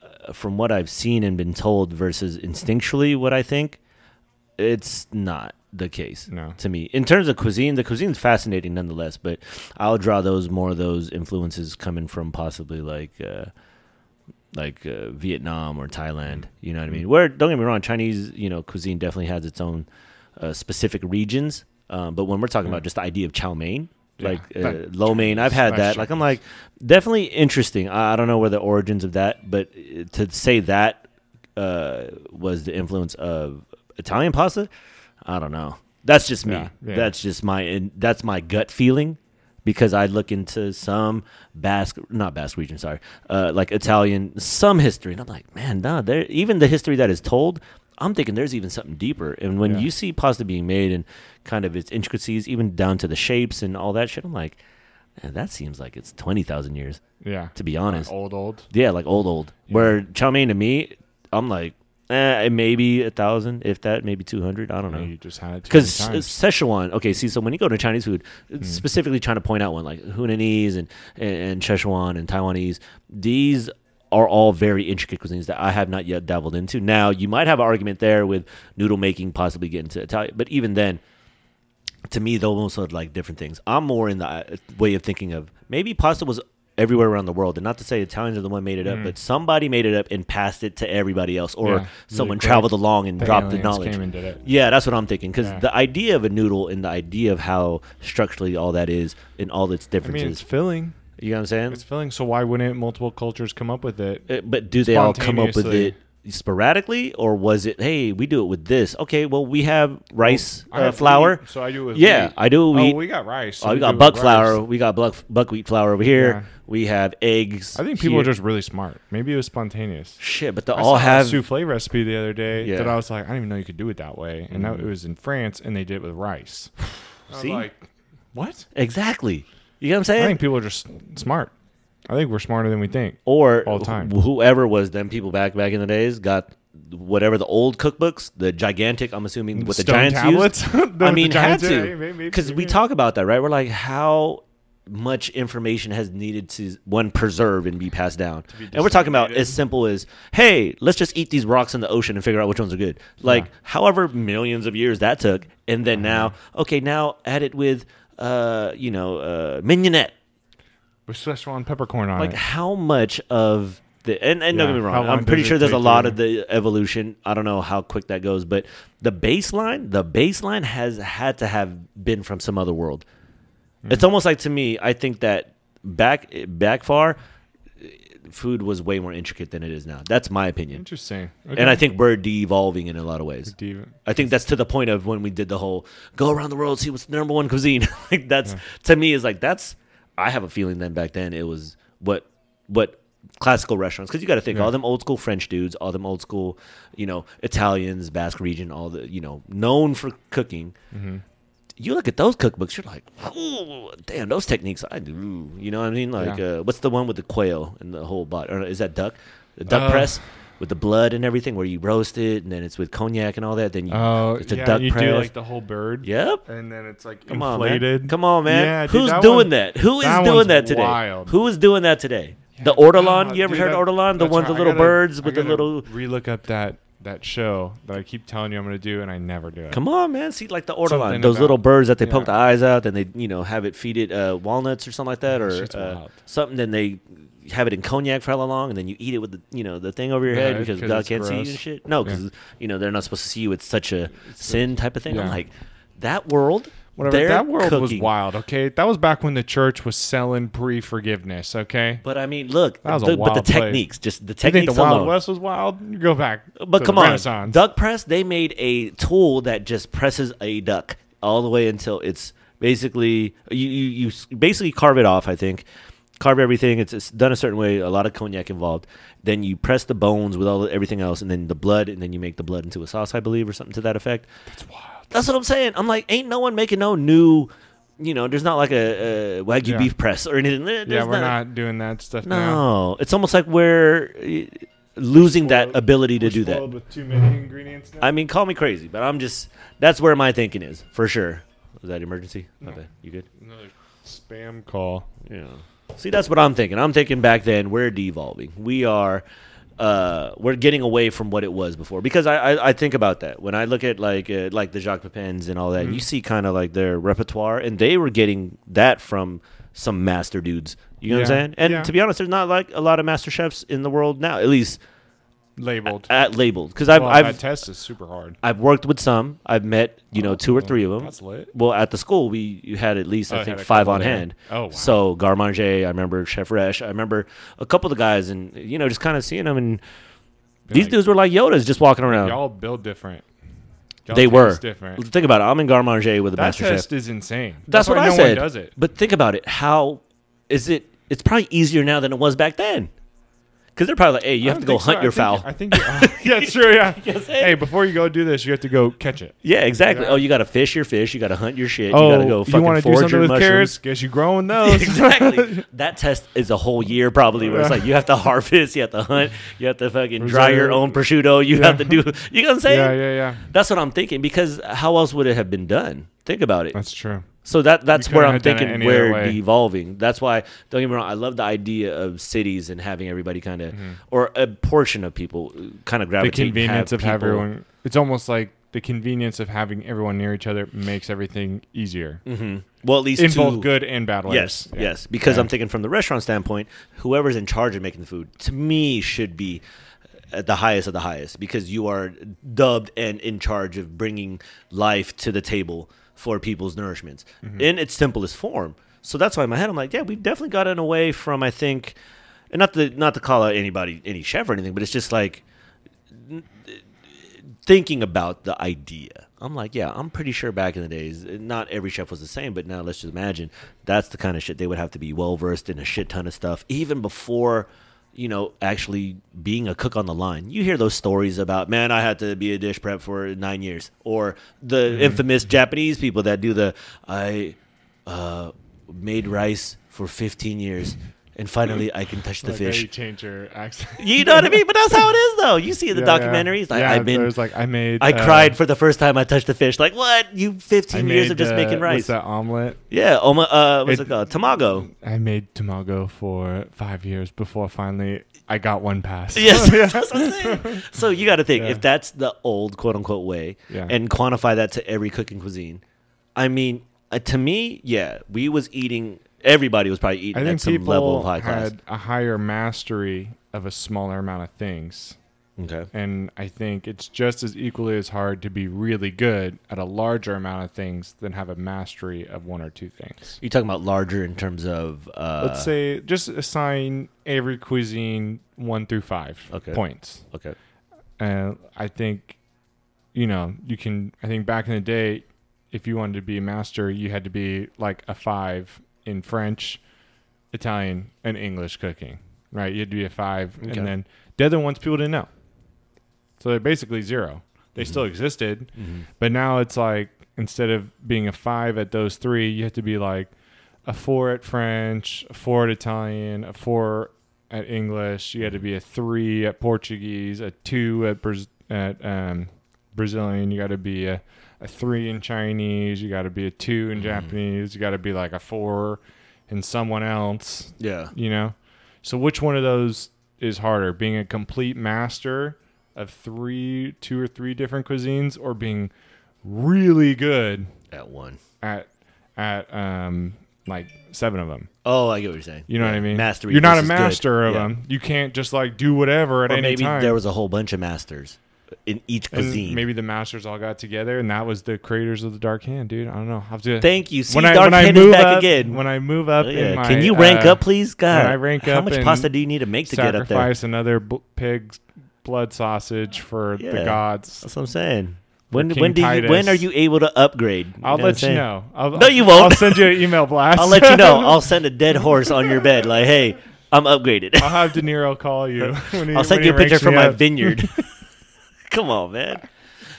uh, from what I've seen and been told versus instinctually what I think, it's not the case No. to me in terms of cuisine the cuisine's fascinating nonetheless but i'll draw those more of those influences coming from possibly like uh like uh, vietnam or thailand you know what i Mm-hmm. mean where don't get me wrong chinese you know cuisine definitely has its own uh, specific regions um, but when we're talking about just the idea of chow mein Mm. Yeah, like uh, that- lo mein i've had that's that like i'm like Chinese. definitely interesting i, I don't know where the origins of that but uh, to say that uh, was the influence of Italian pasta. I don't know. That's just me. Yeah, yeah. That's just my and that's my gut feeling because I look into some Basque, not Basque region, sorry, uh, like Italian, some history, and I'm like, man, nah, there. Even the history that is told, I'm thinking there's even something deeper. And when Yeah. you see pasta being made and kind of its intricacies, even down to the shapes and all that shit, I'm like, man, that seems like it's twenty thousand years Yeah. to be honest. old old. Yeah, like old old. Where chow mein to me, I'm like, eh, maybe a thousand, if that, maybe two hundred. I don't know. You just had it too Because many times. Hmm. Szechuan, okay, see, so when you go to Chinese food, it's specifically trying to point out one like Hunanese and, and, and Szechuan and Taiwanese, these are all very intricate cuisines that I have not yet dabbled into. Now, you might have an argument there with noodle making possibly getting to Italian, but even then, to me, those almost are like different things. I'm more in the uh, way of thinking of maybe pasta was everywhere around the world, and not to say Italians are the one made it up, but somebody made it up and passed it to everybody else, or Hmm. Yeah, someone really traveled along and The dropped the aliens knowledge. came and did it. Yeah, that's what I'm thinking. Because Yeah. the idea of a noodle and the idea of how structurally all that is and all its I mean, it's differences. filling. you know what I'm saying? It's filling. So why wouldn't multiple cultures come up with it? Uh, but do they all come up with it Spontaneously. sporadically, or was it, hey, we do it with this? Okay, well, we have rice I uh, have flour. wheat, so I do it with Yeah, wheat. I do it with wheat. Oh, we got rice. so Oh, we do got it buck with flour. rice. We got buck, buckwheat flour over here. Yeah. We have eggs. I think people here. are just really smart. Maybe it was spontaneous. shit, but they I all saw have a souffle recipe the other day Yeah. Mm. that I was like, I didn't even know you could do it that way. And that, it was in France, and they did it with rice. I was See? like, what? exactly. You know what I'm I saying? think people are just smart. I think we're smarter than we think. or All time. wh- whoever was them people back back in the days got whatever the old cookbooks, the gigantic. I'm assuming what the Stone giants tablets? The- used. I the mean, had giants, yeah, to maybe- because we maybe. talk about that, right? We're like, how much information has needed to one preserve and be passed down, and we're talking about as simple as, hey, let's just eat these rocks in the ocean and figure out which ones are good. Like, however millions of years that took, and Mm-hmm. then now, okay, now add it with, uh, you know, uh, mignonette With Szechuan peppercorn on like it. how much of the and, and don't Yeah, get me how wrong long i'm pretty does it sure there's a take lot to- of the evolution i don't know how quick that goes but the baseline the baseline has had to have been from some other world Mm. it's almost like to me i think that back back far food was way more intricate than it is now that's my opinion Interesting. and i think we're de-evolving in a lot of ways think I think that's to the point of when we did the whole go around the world, see what's the number one cuisine. like that's to me is like that's I have a feeling then back then it was what what classical restaurants because you got to think all them old school French dudes, all them old school you know Italians, Basque region, all the you know known for cooking. Mm-hmm. You look at those cookbooks, you're like, ooh, damn, those techniques I do. You know what I mean? Like, Yeah. uh, what's the one with the quail and the whole bot? Or is that duck? The duck Uh, press with the blood and everything, where you roast it and then it's with cognac and all that. Then you Oh, it's a yeah, duck you press. do like the whole bird. yep. And then it's like Come on, inflated. man. Come on, man. Yeah, dude, Who's that doing one- that? Who is that doing one's that today? wild. Who is doing that today? The Ah, Ortolan. You ever dude, heard that- Ortolan? The that's ones, right. the I little gotta- birds I with the gotta little. Relook up that that show that I keep telling you I'm gonna do, and I never do it. Come on, man. See, like the Ortolan, Something those about- little birds that they poke the yeah. eyes out, then they, you know, have it feed it uh, walnuts or something like that, or shit's uh, wild. something. Then they have it in cognac for hella long, and then you eat it with the, you know, the thing over your Yeah, head it- because 'cause God it's can't see you gross. and shit. No, because you know they're not supposed to see you. It's such a sin type of thing. I'm yeah. like, that world Whatever. They're that world was cooking. wild. Okay, that was back when the church was selling pre-forgiveness. Okay, But I mean, look, That was a look, but wild the place. techniques, just the you think techniques the Wild alone. West was wild? You go back. to But come the on, Renaissance. duck press. They made a tool that just presses a duck all the way until it's basically you you, you s- basically carve it off. I think carve everything. It's, it's done a certain way. A lot of cognac involved. Then you press the bones with all everything else, and then the blood, and then you make the blood into a sauce, I believe, or something to that effect. It's wild. That's what I'm saying. I'm like, ain't no one making no new. You know, there's not like a, a wagyu Yeah. beef press or anything. There- Yeah, there's we're not doing that stuff now. No, it's almost like we're eh, losing that Spoiled- ability to We're do that. spoiled With too many ingredients now. I mean, call me crazy, but I'm just that's where my thinking is for sure. Was that emergency? No. Okay, you good? Another spam call. Yeah. See, that's what I'm thinking. I'm thinking back then we're devolving. We are, uh, we're getting away from what it was before because I I, I think about that when I look at like uh, like the Jacques Pepins and all that. Mm-hmm. You see kind of like their repertoire, and they were getting that from some master dudes. You know what I'm Yeah. saying? And Yeah. to be honest, there's not like a lot of master chefs in the world now, at least Labeled. at labeled. Because I've well, I've that test is super hard. I've worked with some. I've met, you know, two or three of them. Oh, That's lit. Well, at the school, we you had at least, Oh, I you think, had a five couple on there. hand. Oh, wow. So Garmanger, I remember Chef Resh. I remember a couple of the guys and, you know, just kind of seeing them. And these like, dudes were like Yodas just walking around. Y'all build different. Oh. Y'all they taste were. different. Think about it. I'm in Garmanger with a That master chef. test is insane. That's, what why I no said. One does it? But think about it. How is it? It's probably easier now than it was back then. Because they're probably like, hey, you I have to don't go think hunt so. your I fowl. think- I think. You, yeah, it's true. Yeah. saying. hey, before you go do this, you have to go catch it. yeah, exactly. Yeah. Oh, you got to fish your fish. You got to hunt your shit. oh, you got to go fucking want to do forage something your with mushrooms. carrots? Guess you're growing those. exactly. That test is a whole year probably where it's like you have to harvest, you have to hunt, you have to fucking dry your Reserve. own prosciutto, you have to do you know what I'm saying? yeah, yeah, yeah. That's what I'm thinking because how else would it have been done? Think about it. That's true. So that that's couldn't where I'm have done it thinking any other we're way. devolving. That's why don't get me wrong, I love the idea of cities and having everybody kind of or a portion of people kind of Mm-hmm. The gravitate convenience of have having people- everyone. It's almost like the convenience of having everyone near each other makes everything easier Well, at least in two- both good and bad ways. Mm-hmm. Yes, Yeah. yes. Because Yeah. I'm thinking from the restaurant standpoint, whoever's in charge of making the food, to me, should be at the highest of the highest because you are dubbed and in charge of bringing life to the table for people's nourishments Mm-hmm. in its simplest form. So that's why in my head I'm like, yeah, we've definitely gotten away from I think, and not to not to call out anybody any chef or anything, but it's just like thinking about the idea. I'm like, yeah, I'm pretty sure back in the days, not every chef was the same, but now let's just imagine that's the kind of shit they would have to be well versed in a shit ton of stuff, even before, you know, actually being a cook on the line. You hear those stories about, man, I had to be a dish prep for nine years, or the Mm-hmm. infamous Japanese people that do the, I uh, made rice for 15 years, and finally I can touch the Like, hey, fish. change your accent. You know what I mean? But that's how it is, though. You see the Yeah, yeah. documentaries. I, Yeah, I've been There's like I made. I uh, cried for the first time I touched the fish. Like what? You I 15 years made, of just uh, making rice. What's that omelet? Yeah, oma, uh, what's it, It- called? Tamago. I made tamago for five years before finally I got one pass. Yes, that's what I'm saying. So you got to think Oh, Yeah. if that's the old quote unquote way, Yeah. and quantify that to every cooking cuisine. I mean, uh, to me, yeah, we was eating. Everybody was probably I eating think at some people level of high class. had a higher mastery of a smaller amount of things, Okay. and I think it's just as equally as hard to be really good at a larger amount of things than have a mastery of one or two things. You're talking about larger in terms of. Uh, Let's say just assign every cuisine one through five Okay. points. Okay. and I think, you know, you can. I think back in the day, if you wanted to be a master, you had to be like a five in French, Italian, and English cooking, right? You had to be a five, Okay. and then the other ones people didn't know, so they're basically zero. They still existed, but now it's like instead of being a five at those three, you have to be like a four at French, a four at Italian, a four at English. You had to be a three at Portuguese, a two at Braz- at um, Brazilian. You got to be a, a three in Chinese. You got to be a two in Japanese. You got to be like a four in someone else. Yeah. You know, so which one of those is harder? Being a complete master of three, two or three different cuisines, or being really good At one. at at um like seven of them. Oh, I get what you're saying. You know what I mean? Mastery. You're not a versus good. master of Yeah. them. You can't just like do whatever at Or any maybe time. there was a whole bunch of masters. in each And cuisine. maybe the masters all got together, and that was the creators of the Dark Hand, dude. I don't know. I have to Thank you. See, when I Dark when I Hand is move back up, again. When I move up, Oh, in yeah. my, Can you rank uh, up, please, God? I rank how up much and pasta do you need to make to get up there? Sacrifice another bl- pig's blood sausage for Yeah. the gods. That's what I'm saying. When King when do you, Titus. when are you able to upgrade? I'll know what I'm let you saying? know. I'll, No, you I'll won't. send you an email blast. I'll let you know. I'll send a dead horse on your bed. Like, hey, I'm upgraded. I'll have De Niro call you. When he, I'll send when you a he ranks picture from me my up. vineyard. Come on, man.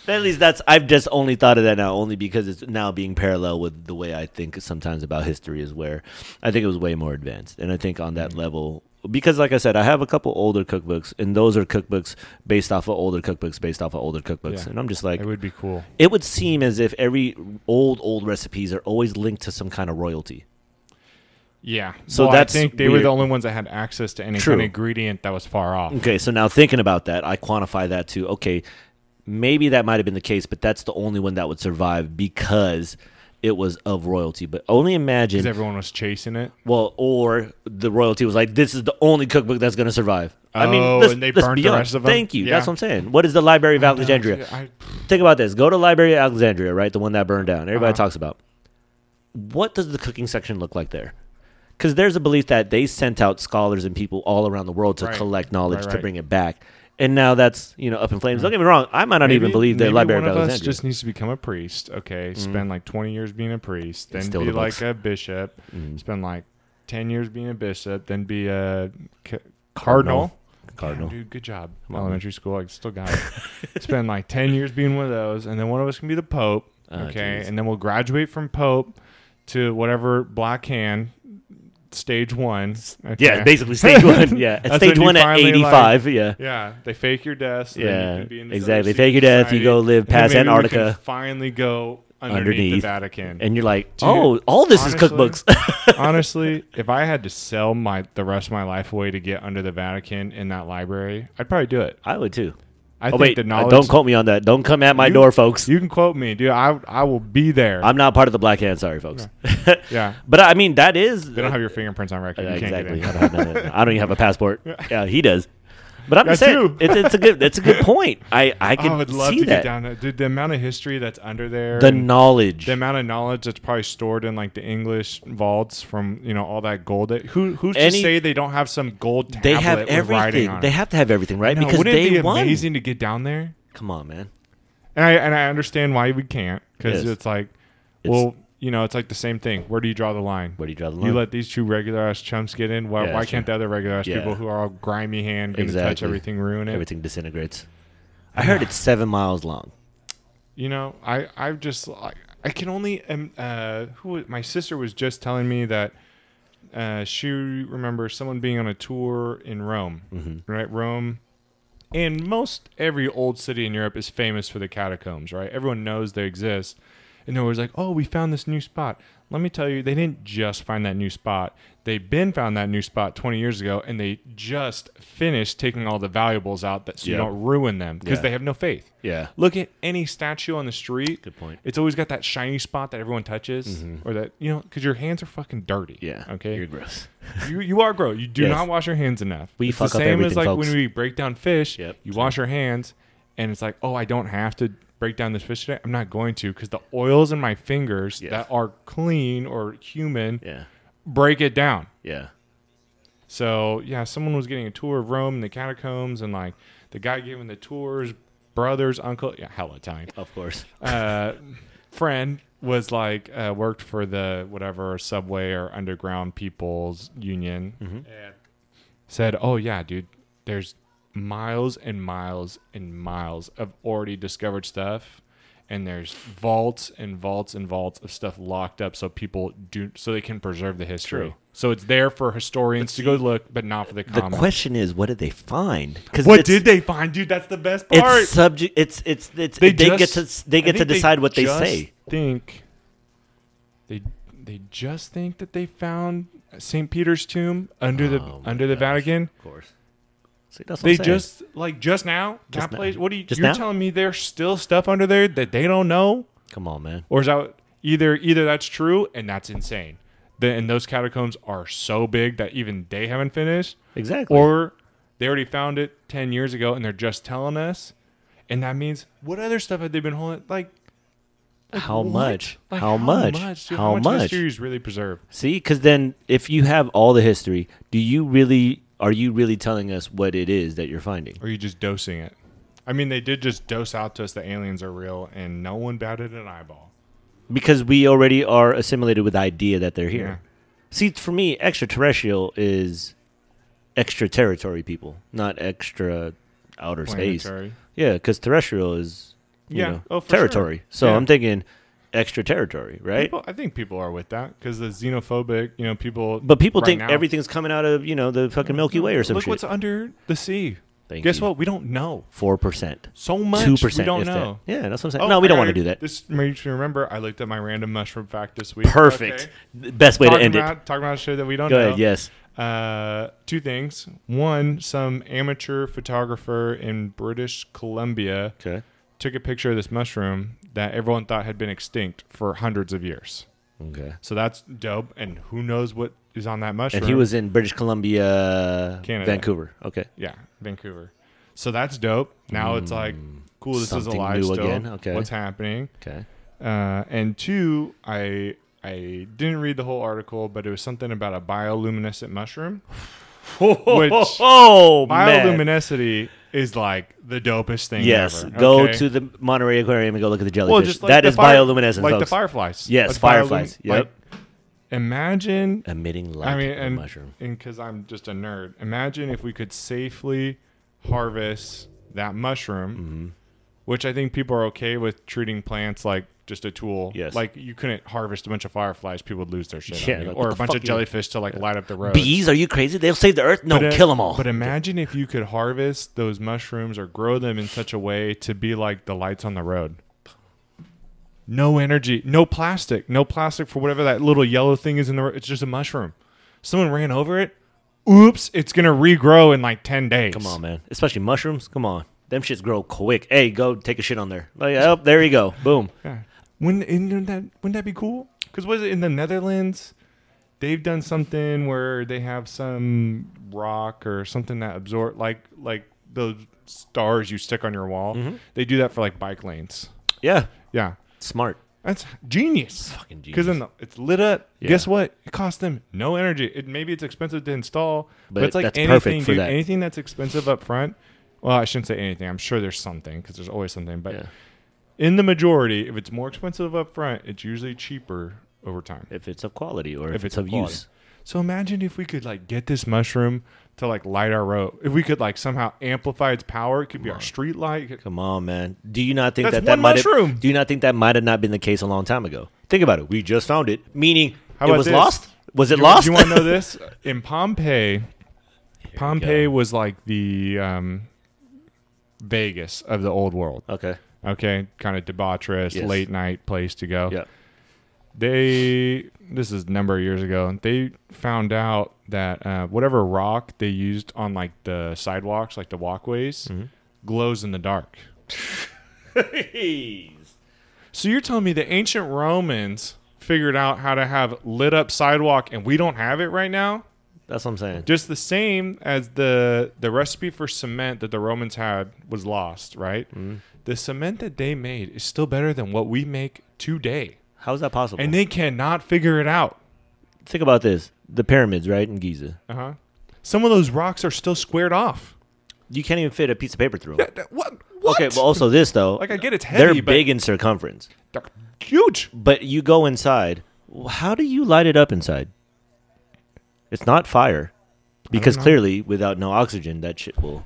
But at least that's I've just only thought of that now only because it's now being parallel with the way I think sometimes about history is where I think it was way more advanced. And I think on Mm. that level because like I said, I have a couple older cookbooks and those are cookbooks based off of older cookbooks based off of older cookbooks. Yeah. And I'm just like it would be cool. it would seem as if every old old recipes are always linked to some kind of royalty. Yeah. So So well, that's I think they were weird. the only ones that had access to any True. kind of ingredient that was far off. Okay, so now thinking about that, I quantify that to okay, maybe that might have been the case, but that's the only one that would survive because it was of royalty. But only Because imagine, everyone was chasing it. well, or the royalty was like, this is the only cookbook that's going to survive. I mean, Oh, let's- and they let's burnt be the honest. rest of 'em? Thank you. Yeah. That's what I'm saying. What is the Library of Alexandria? I, Think about this. Go to Library of Alexandria, right? The one that burned down. Everybody Uh-huh. talks about. What does the cooking section look like there? Because there's a belief that they sent out scholars and people all around the world to Right. collect knowledge Right, to right. bring it back, and now that's you know up in flames. Don't get me wrong. I might not even believe the maybe Library one of of us Alexandria. Mm-hmm. just needs to become a priest. Okay, spend like twenty years being a priest, then still be the like books. a bishop. Mm, Spend like ten years being a bishop, then be a ca- cardinal. Cardinal. Damn, dude, good job. Come on, Elementary school, I still got it. spend like ten years being one of those, and then one of us can be the pope. Ah, okay, jeez. and then we'll graduate from pope to whatever black hand stage one. yeah, okay? basically stage one. Yeah, at That's stage when you one at finally, like- 85. yeah. Yeah, they fake your death. So then you Yeah, can be in this exactly. other Fake your secret death, you go society, live and then past maybe we can Antarctica. finally go underneath, Underneath. the Vatican. And you're like, Dude, oh, all this is honestly- cookbooks. Honestly, if I had to sell my the rest of my life away to get under the Vatican in that library, I'd probably do it. I would too. I oh think wait, the uh, knowledge. don't quote me on that. Don't come at my You- door, folks. You can quote me, dude. I I will be there. I'm not part of the Black Hand. Sorry, folks. yeah, But I mean, that is they don't have your fingerprints on record. Yeah, you can't exactly. Get I in. don't, have none of that. I don't even have a passport. Yeah, he does. But I'm just That's saying, you. it's, it's a good it's a good point. I I could Oh, I would love see to that get down there, dude. The amount of history that's under there. the and- knowledge. the amount of knowledge that's probably stored in like the English vaults from you know all that gold. That, who who's Any- to say they don't have some gold tablet they have with writing everything. on They it? have to have everything, right? No, because wouldn't they it be won. amazing to get down there? Come on, man. And I and I understand why we can't because Yes. it's like, It's- well, you know, it's like the same thing. Where do you draw the line? Where do you draw the line? You let these two regular ass chumps get in. Why, Yeah, why that's can't the other regular ass Yeah. people who are all grimy hand going to touch Exactly. everything ruin it? everything disintegrates. I heard it's seven miles long. you know i i just i, I can only um, uh who my sister was just telling me that uh she remembers someone being on a tour in rome right rome and most every old city in europe is famous for the catacombs right everyone knows they exist and they was like oh we found this new spot let me tell you they didn't just find that new spot they've been found that new spot 20 years ago and they just finished taking all the valuables out that so Yeah. you don't ruin them because Yeah. they have no faith Yeah. Look at any statue on the street. Good point. It's always got that shiny spot that everyone touches, or that you know, because your hands are fucking dirty. Mm-hmm. Yeah. You're Okay. gross. you you are gross. You do Yes. not wash your hands enough. We it's fuck the up same everything, as like folks. when we break down fish. Yep. You wash your hands, and it's like, oh, I don't have to break down this fish today. I'm not going to because the oils in my fingers Yes. that are clean or human Yeah. break it down. Yeah. So yeah, someone was getting a tour of Rome and the catacombs, and like the guy giving the tours, brothers, uncle, yeah, hella Italian Of course. uh, friend was like uh, worked for the whatever subway or underground people's union Mm-hmm. and said oh yeah dude there's miles and miles and miles of already discovered stuff and there's vaults and vaults and vaults of stuff locked up so people do so they can preserve the history True. so it's there for historians to go look but not for the The common question is, what did they find? Because what did they find dude that's the best It's part subject. It's it's it's they, get just- to they I get to think decide what they just say. Think they they just think that they found St. Peter's tomb under Oh the my under the gosh. Vatican. Of course. See, that's what They I'm saying. just like just now Just that now. place. What are you? Just you're now? telling me there's still stuff under there that they don't know, come on, man. or is that either either that's true and that's insane. The, and those catacombs are so big that even they haven't finished, Exactly. or they already found it ten years ago and they're just telling us. And that means what other stuff have they been holding? Like, like How what? much? Like, How much? How dude? How much? much? history is really preserved? See, because then if you have all the history, do you really are you really telling us what it is that you're finding? Or are you just dosing it? I mean, they did just dose out to us that aliens are real, and no one batted an eyeball. Because we already are assimilated with the idea that they're here. Yeah. See, for me, extraterrestrial is extra territory people, not extra outer space. Planetary. Yeah, because terrestrial is you Yeah. know, Oh, for sure. territory. So Yeah. I'm thinking extra territory, right? People, I think people are with that because the xenophobic, you know, people. but people right think now- everything's coming out of you know the fucking Milky Way or some Look shit. what's under the sea. Thank Guess you. what? We don't know Four percent, so much. two percent. We don't know. Yeah, that's what I'm saying. Oh, no, we I don't got want to do it. that. This makes me remember. I looked at my random mushroom fact this week. Perfect. Okay. The Best way to Talking end about, Talking about shit that we don't it. Go know. ahead. Yes. Uh, two things. One, some amateur photographer in British Columbia Okay. took a picture of this mushroom that everyone thought had been extinct for hundreds of years. Okay. So that's dope. And who knows what is on that mushroom? And he was in British Columbia, Canada. Vancouver. Okay. yeah, Vancouver. So that's dope. Now it's like cool. This is Hmm. Something alive new still. again. Okay. What's happening? Okay. Uh, and two, I I didn't read the whole article, but it was something about a bioluminescent mushroom. Which- oh man. Bioluminescity is like the dopest thing. Yes. ever, Go okay? to the Monterey Aquarium and go look at the jellyfish. well, just like that the is fire- bioluminescent, like the folks. fireflies. Yes, Like biolum- fireflies. like, Yep. imagine. Emitting light. I mean, on a and mushroom. because I'm just a nerd, imagine if we could safely harvest that mushroom, Mm-hmm. which I think people are okay with treating plants like just a tool. Yes. Like you couldn't harvest a bunch of fireflies, people would lose their shit. on Yeah, you. like, what or the a bunch fuck of you- jellyfish to like light up the road. Bees? Are you crazy? They'll save the earth. No, But, uh, kill them all. But imagine if you could harvest those mushrooms or grow them in such a way to be like the lights on the road. No energy, no plastic, no plastic for whatever that little yellow thing is in the. ro- It's just a mushroom. Someone ran over it. Oops! It's gonna regrow in like ten days. Come on, man. Especially mushrooms. Come on. Them shits grow quick. Hey, go take a shit on there. Like, oh, there you go. Boom. Yeah. Wouldn't, wouldn't that wouldn't that be cool? Because was it in the Netherlands? They've done something where they have some rock or something that absorb like like those stars you stick on your wall. Mm-hmm. They do that for like bike lanes. Yeah. Yeah, Smart. that's genius. Fucking Because then genius. the, it's lit up. Yeah. Guess what? It costs them no energy. It maybe it's expensive to install, but, But it's like that's anything, perfect for dude. that. Anything that's expensive up front. Well, I shouldn't say anything. I'm sure there's something because there's always something. But Yeah. in the majority, if it's more expensive up front, it's usually cheaper over time. If it's of quality or if, it's, If it's of quality. use. So imagine if we could like get this mushroom to like light our road. If we could like somehow amplify its power, it could be our street light. It could- Come on, man. Do you not think That's that that one might mushroom. have, Do you not think that might have not been the case a long time ago? Think about it. We just found it. Meaning How it about was this? lost? Was it You- lost? Do you want to know this? In Pompeii, Pompeii go. was like the um, Vegas of the old world. okay. Okay, kind of debaucherous, Yes. late night place to go. Yeah. they this is a number of years ago they found out that uh, whatever rock they used on like the sidewalks like the walkways glows in the dark so you're telling me the ancient romans figured out how to have lit up sidewalk and we don't have it right now That's what I'm saying. just the same as the the recipe for cement that the romans had was lost right the cement that they made is still better than what we make today How is that possible? and they cannot figure it out think about this. The pyramids, right, in Giza. Uh huh. Some of those rocks are still squared off. You can't even fit a piece of paper through 'em. What? Okay, but also this though. Like, I get it's They're heavy, but- big in circumference. They're huge. But you go inside. How do you light it up inside? It's not fire, because know. clearly, without no oxygen, that shit will.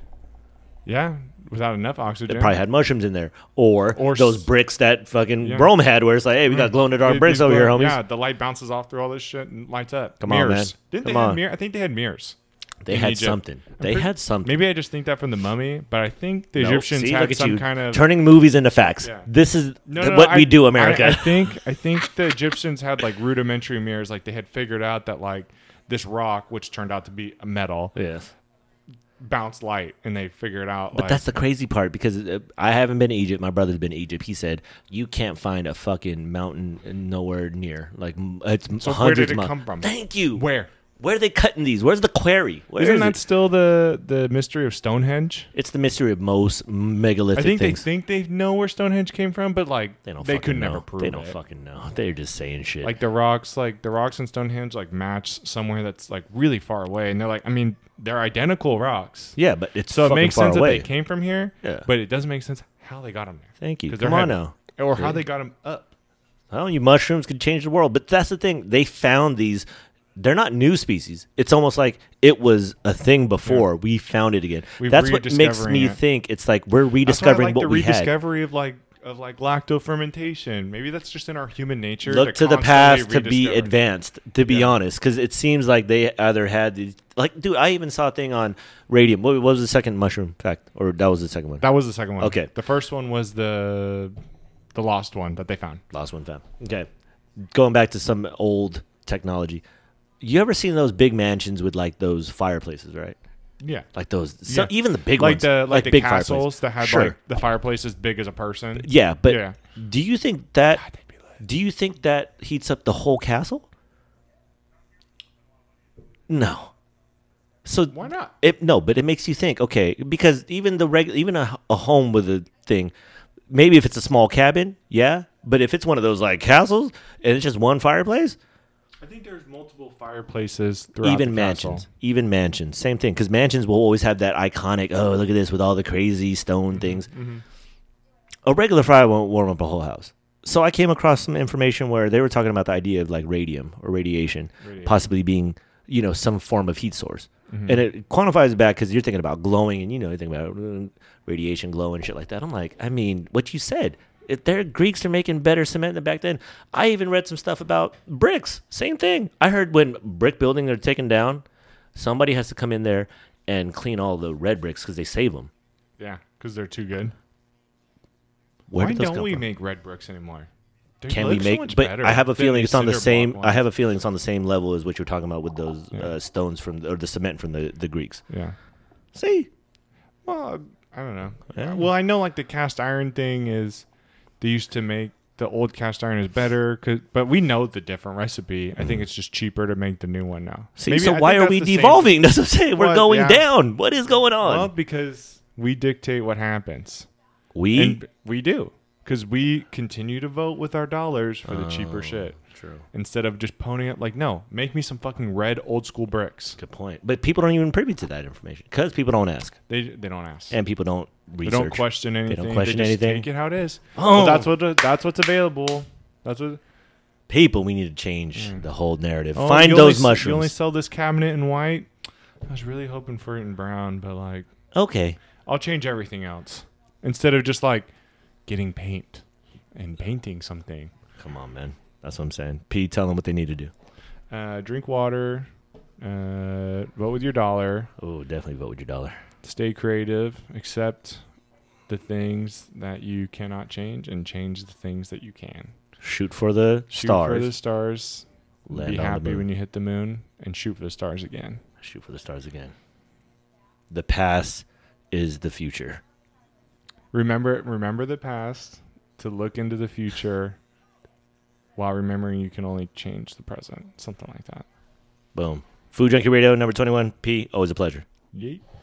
Yeah, without enough It oxygen. probably had mushrooms in there, or, Or those s- bricks that fucking Yeah. Brome had, where it's like, hey, we got glow in the dark These- bricks these over here, glow- homies. Yeah, the light bounces off through all this shit and lights up. Come on, mirrors. man. Didn't Come they on. have mirrors? I think they had mirrors. They in had Egypt. something. They pretty- had something. Maybe I just think that from the mummy, but I think the No, Egyptians see, look had at some you, kind of turning movies into facts. Yeah. This is No, th- no, what I- we do, I- America. I, think I think the Egyptians had like rudimentary mirrors, like they had figured out that like this rock, which turned out to be a metal, yes. bounced light, and they figured out. But like, that's the crazy part because uh, I haven't been to Egypt. My brother's been to Egypt. He said you can't find a fucking mountain nowhere near. Like m- it's m- So where hundreds. did it mi- come from? Thank you. where Where are they cutting these? Where's the quarry? Where Isn't is that it? still the the mystery of Stonehenge? It's the mystery of most I megalithic think things. they think they know where Stonehenge came from, but like They they, don't. fucking could know. never prove They don't it. fucking know. They're just saying shit. Like the rocks, like the rocks in Stonehenge, like match somewhere that's like really far away, and they're like, I mean, they're identical rocks. yeah, but it's So it fucking makes far sense away. that they came from here, Yeah. but it doesn't make sense how they got them there. Thank you. 'Cause they're Come on hiding. now. or how they got them up. Well, you mushrooms could change the world, but that's the thing. They found these. They're not new species. It's almost like it was a thing before. We found it again. We're that's what makes rediscovering me it. think it's like we're That's why I rediscovering like what the we had. rediscovery of like of like lacto fermentation. Maybe that's just in our human nature. Look to the past constantly to be rediscover. advanced. To be Yeah. honest, because it seems like they either had these. Like, dude, I even saw a thing on radium. What, what was the second mushroom fact? Or that was the second one. That was the second one. Okay. The first one was the the lost one that they found. Lost one found. Okay. Going back to some old technology. You ever seen those big mansions with like those fireplaces, right? Yeah. Like those, so, Yeah. even the big like ones, the like, the big fireplaces. castles that had Sure. like the fireplace as big as a person. yeah, but Yeah. do you think that? they'd be lit. Do you think that heats up the whole castle? No. So Why not? It no, but it makes you think. Okay, because even the reg, even a, a home with a thing, maybe if it's a small cabin, yeah. But if it's one of those like castles and it's just one fireplace, I think there's multiple fireplaces throughout even the castle. mansions, even mansions, same thing. Because mansions will always have that iconic. Oh, look at this with all the crazy stone Mm-hmm. things. A regular fire won't warm up a whole house. So I came across some information where they were talking about the idea of like radium or radiation, Radiation. Mm-hmm. possibly being you know some form of heat source, and it quantifies back because you're thinking about glowing and you know you think about uh, radiation glow and shit like that. I'm like, I mean, what you said. If their Greeks are making better cement than back then. I even read some stuff about bricks. Same thing. I heard when brick buildings are taken down, somebody has to come in there and clean all the red bricks because they save them. Yeah, because they're too good. Where Why did those don't come we from? make red bricks anymore? They can look we so make much but better i have a than feeling it's on the cinder same block i ones. have a feeling it's on the same level as what you're talking about with those uh, stones from the, or the cement from the, the greeks Yeah. see Well, I don't know. Yeah. Well, I know like the cast iron thing is they used to make the old cast iron is better, 'cause- but we know the different recipe. I think it's just cheaper to make the new one now. Mm-hmm. see Maybe- I so think why are that's we the same- devolving that's what i'm saying we're Well, going yeah. down what is going on Well, because we dictate what happens, we and we do because we continue to vote with our dollars for the Oh. cheaper shit. true Instead of just poning it like, no, make me some fucking red old school bricks. good point but people don't even privy to that information because people don't ask They they don't ask. and people don't They research don't question anything. They don't question just anything. Take it how it is. Oh. Well, that's what that's what's available. That's what. people we need to change the whole narrative Mm. Oh, find you those only, You only mushrooms sell this cabinet in white. I was really hoping for it in brown, but like, okay I'll change everything else instead of just like getting paint and painting something. come on man that's what i'm saying p tell them what they need to do Uh, drink water. Uh, vote with your dollar. oh definitely vote with your dollar Stay creative. Accept the things that you cannot change, and change the things that you can. shoot for the Shoot stars for the stars. Land be on the happy moon. when you hit the moon, and shoot for the stars again. shoot for the stars again. The past is the future. remember remember the past to look into the future while remembering you can only change the present something like that Boom. Food Junkie Radio number 21. P, always a pleasure. Yeet.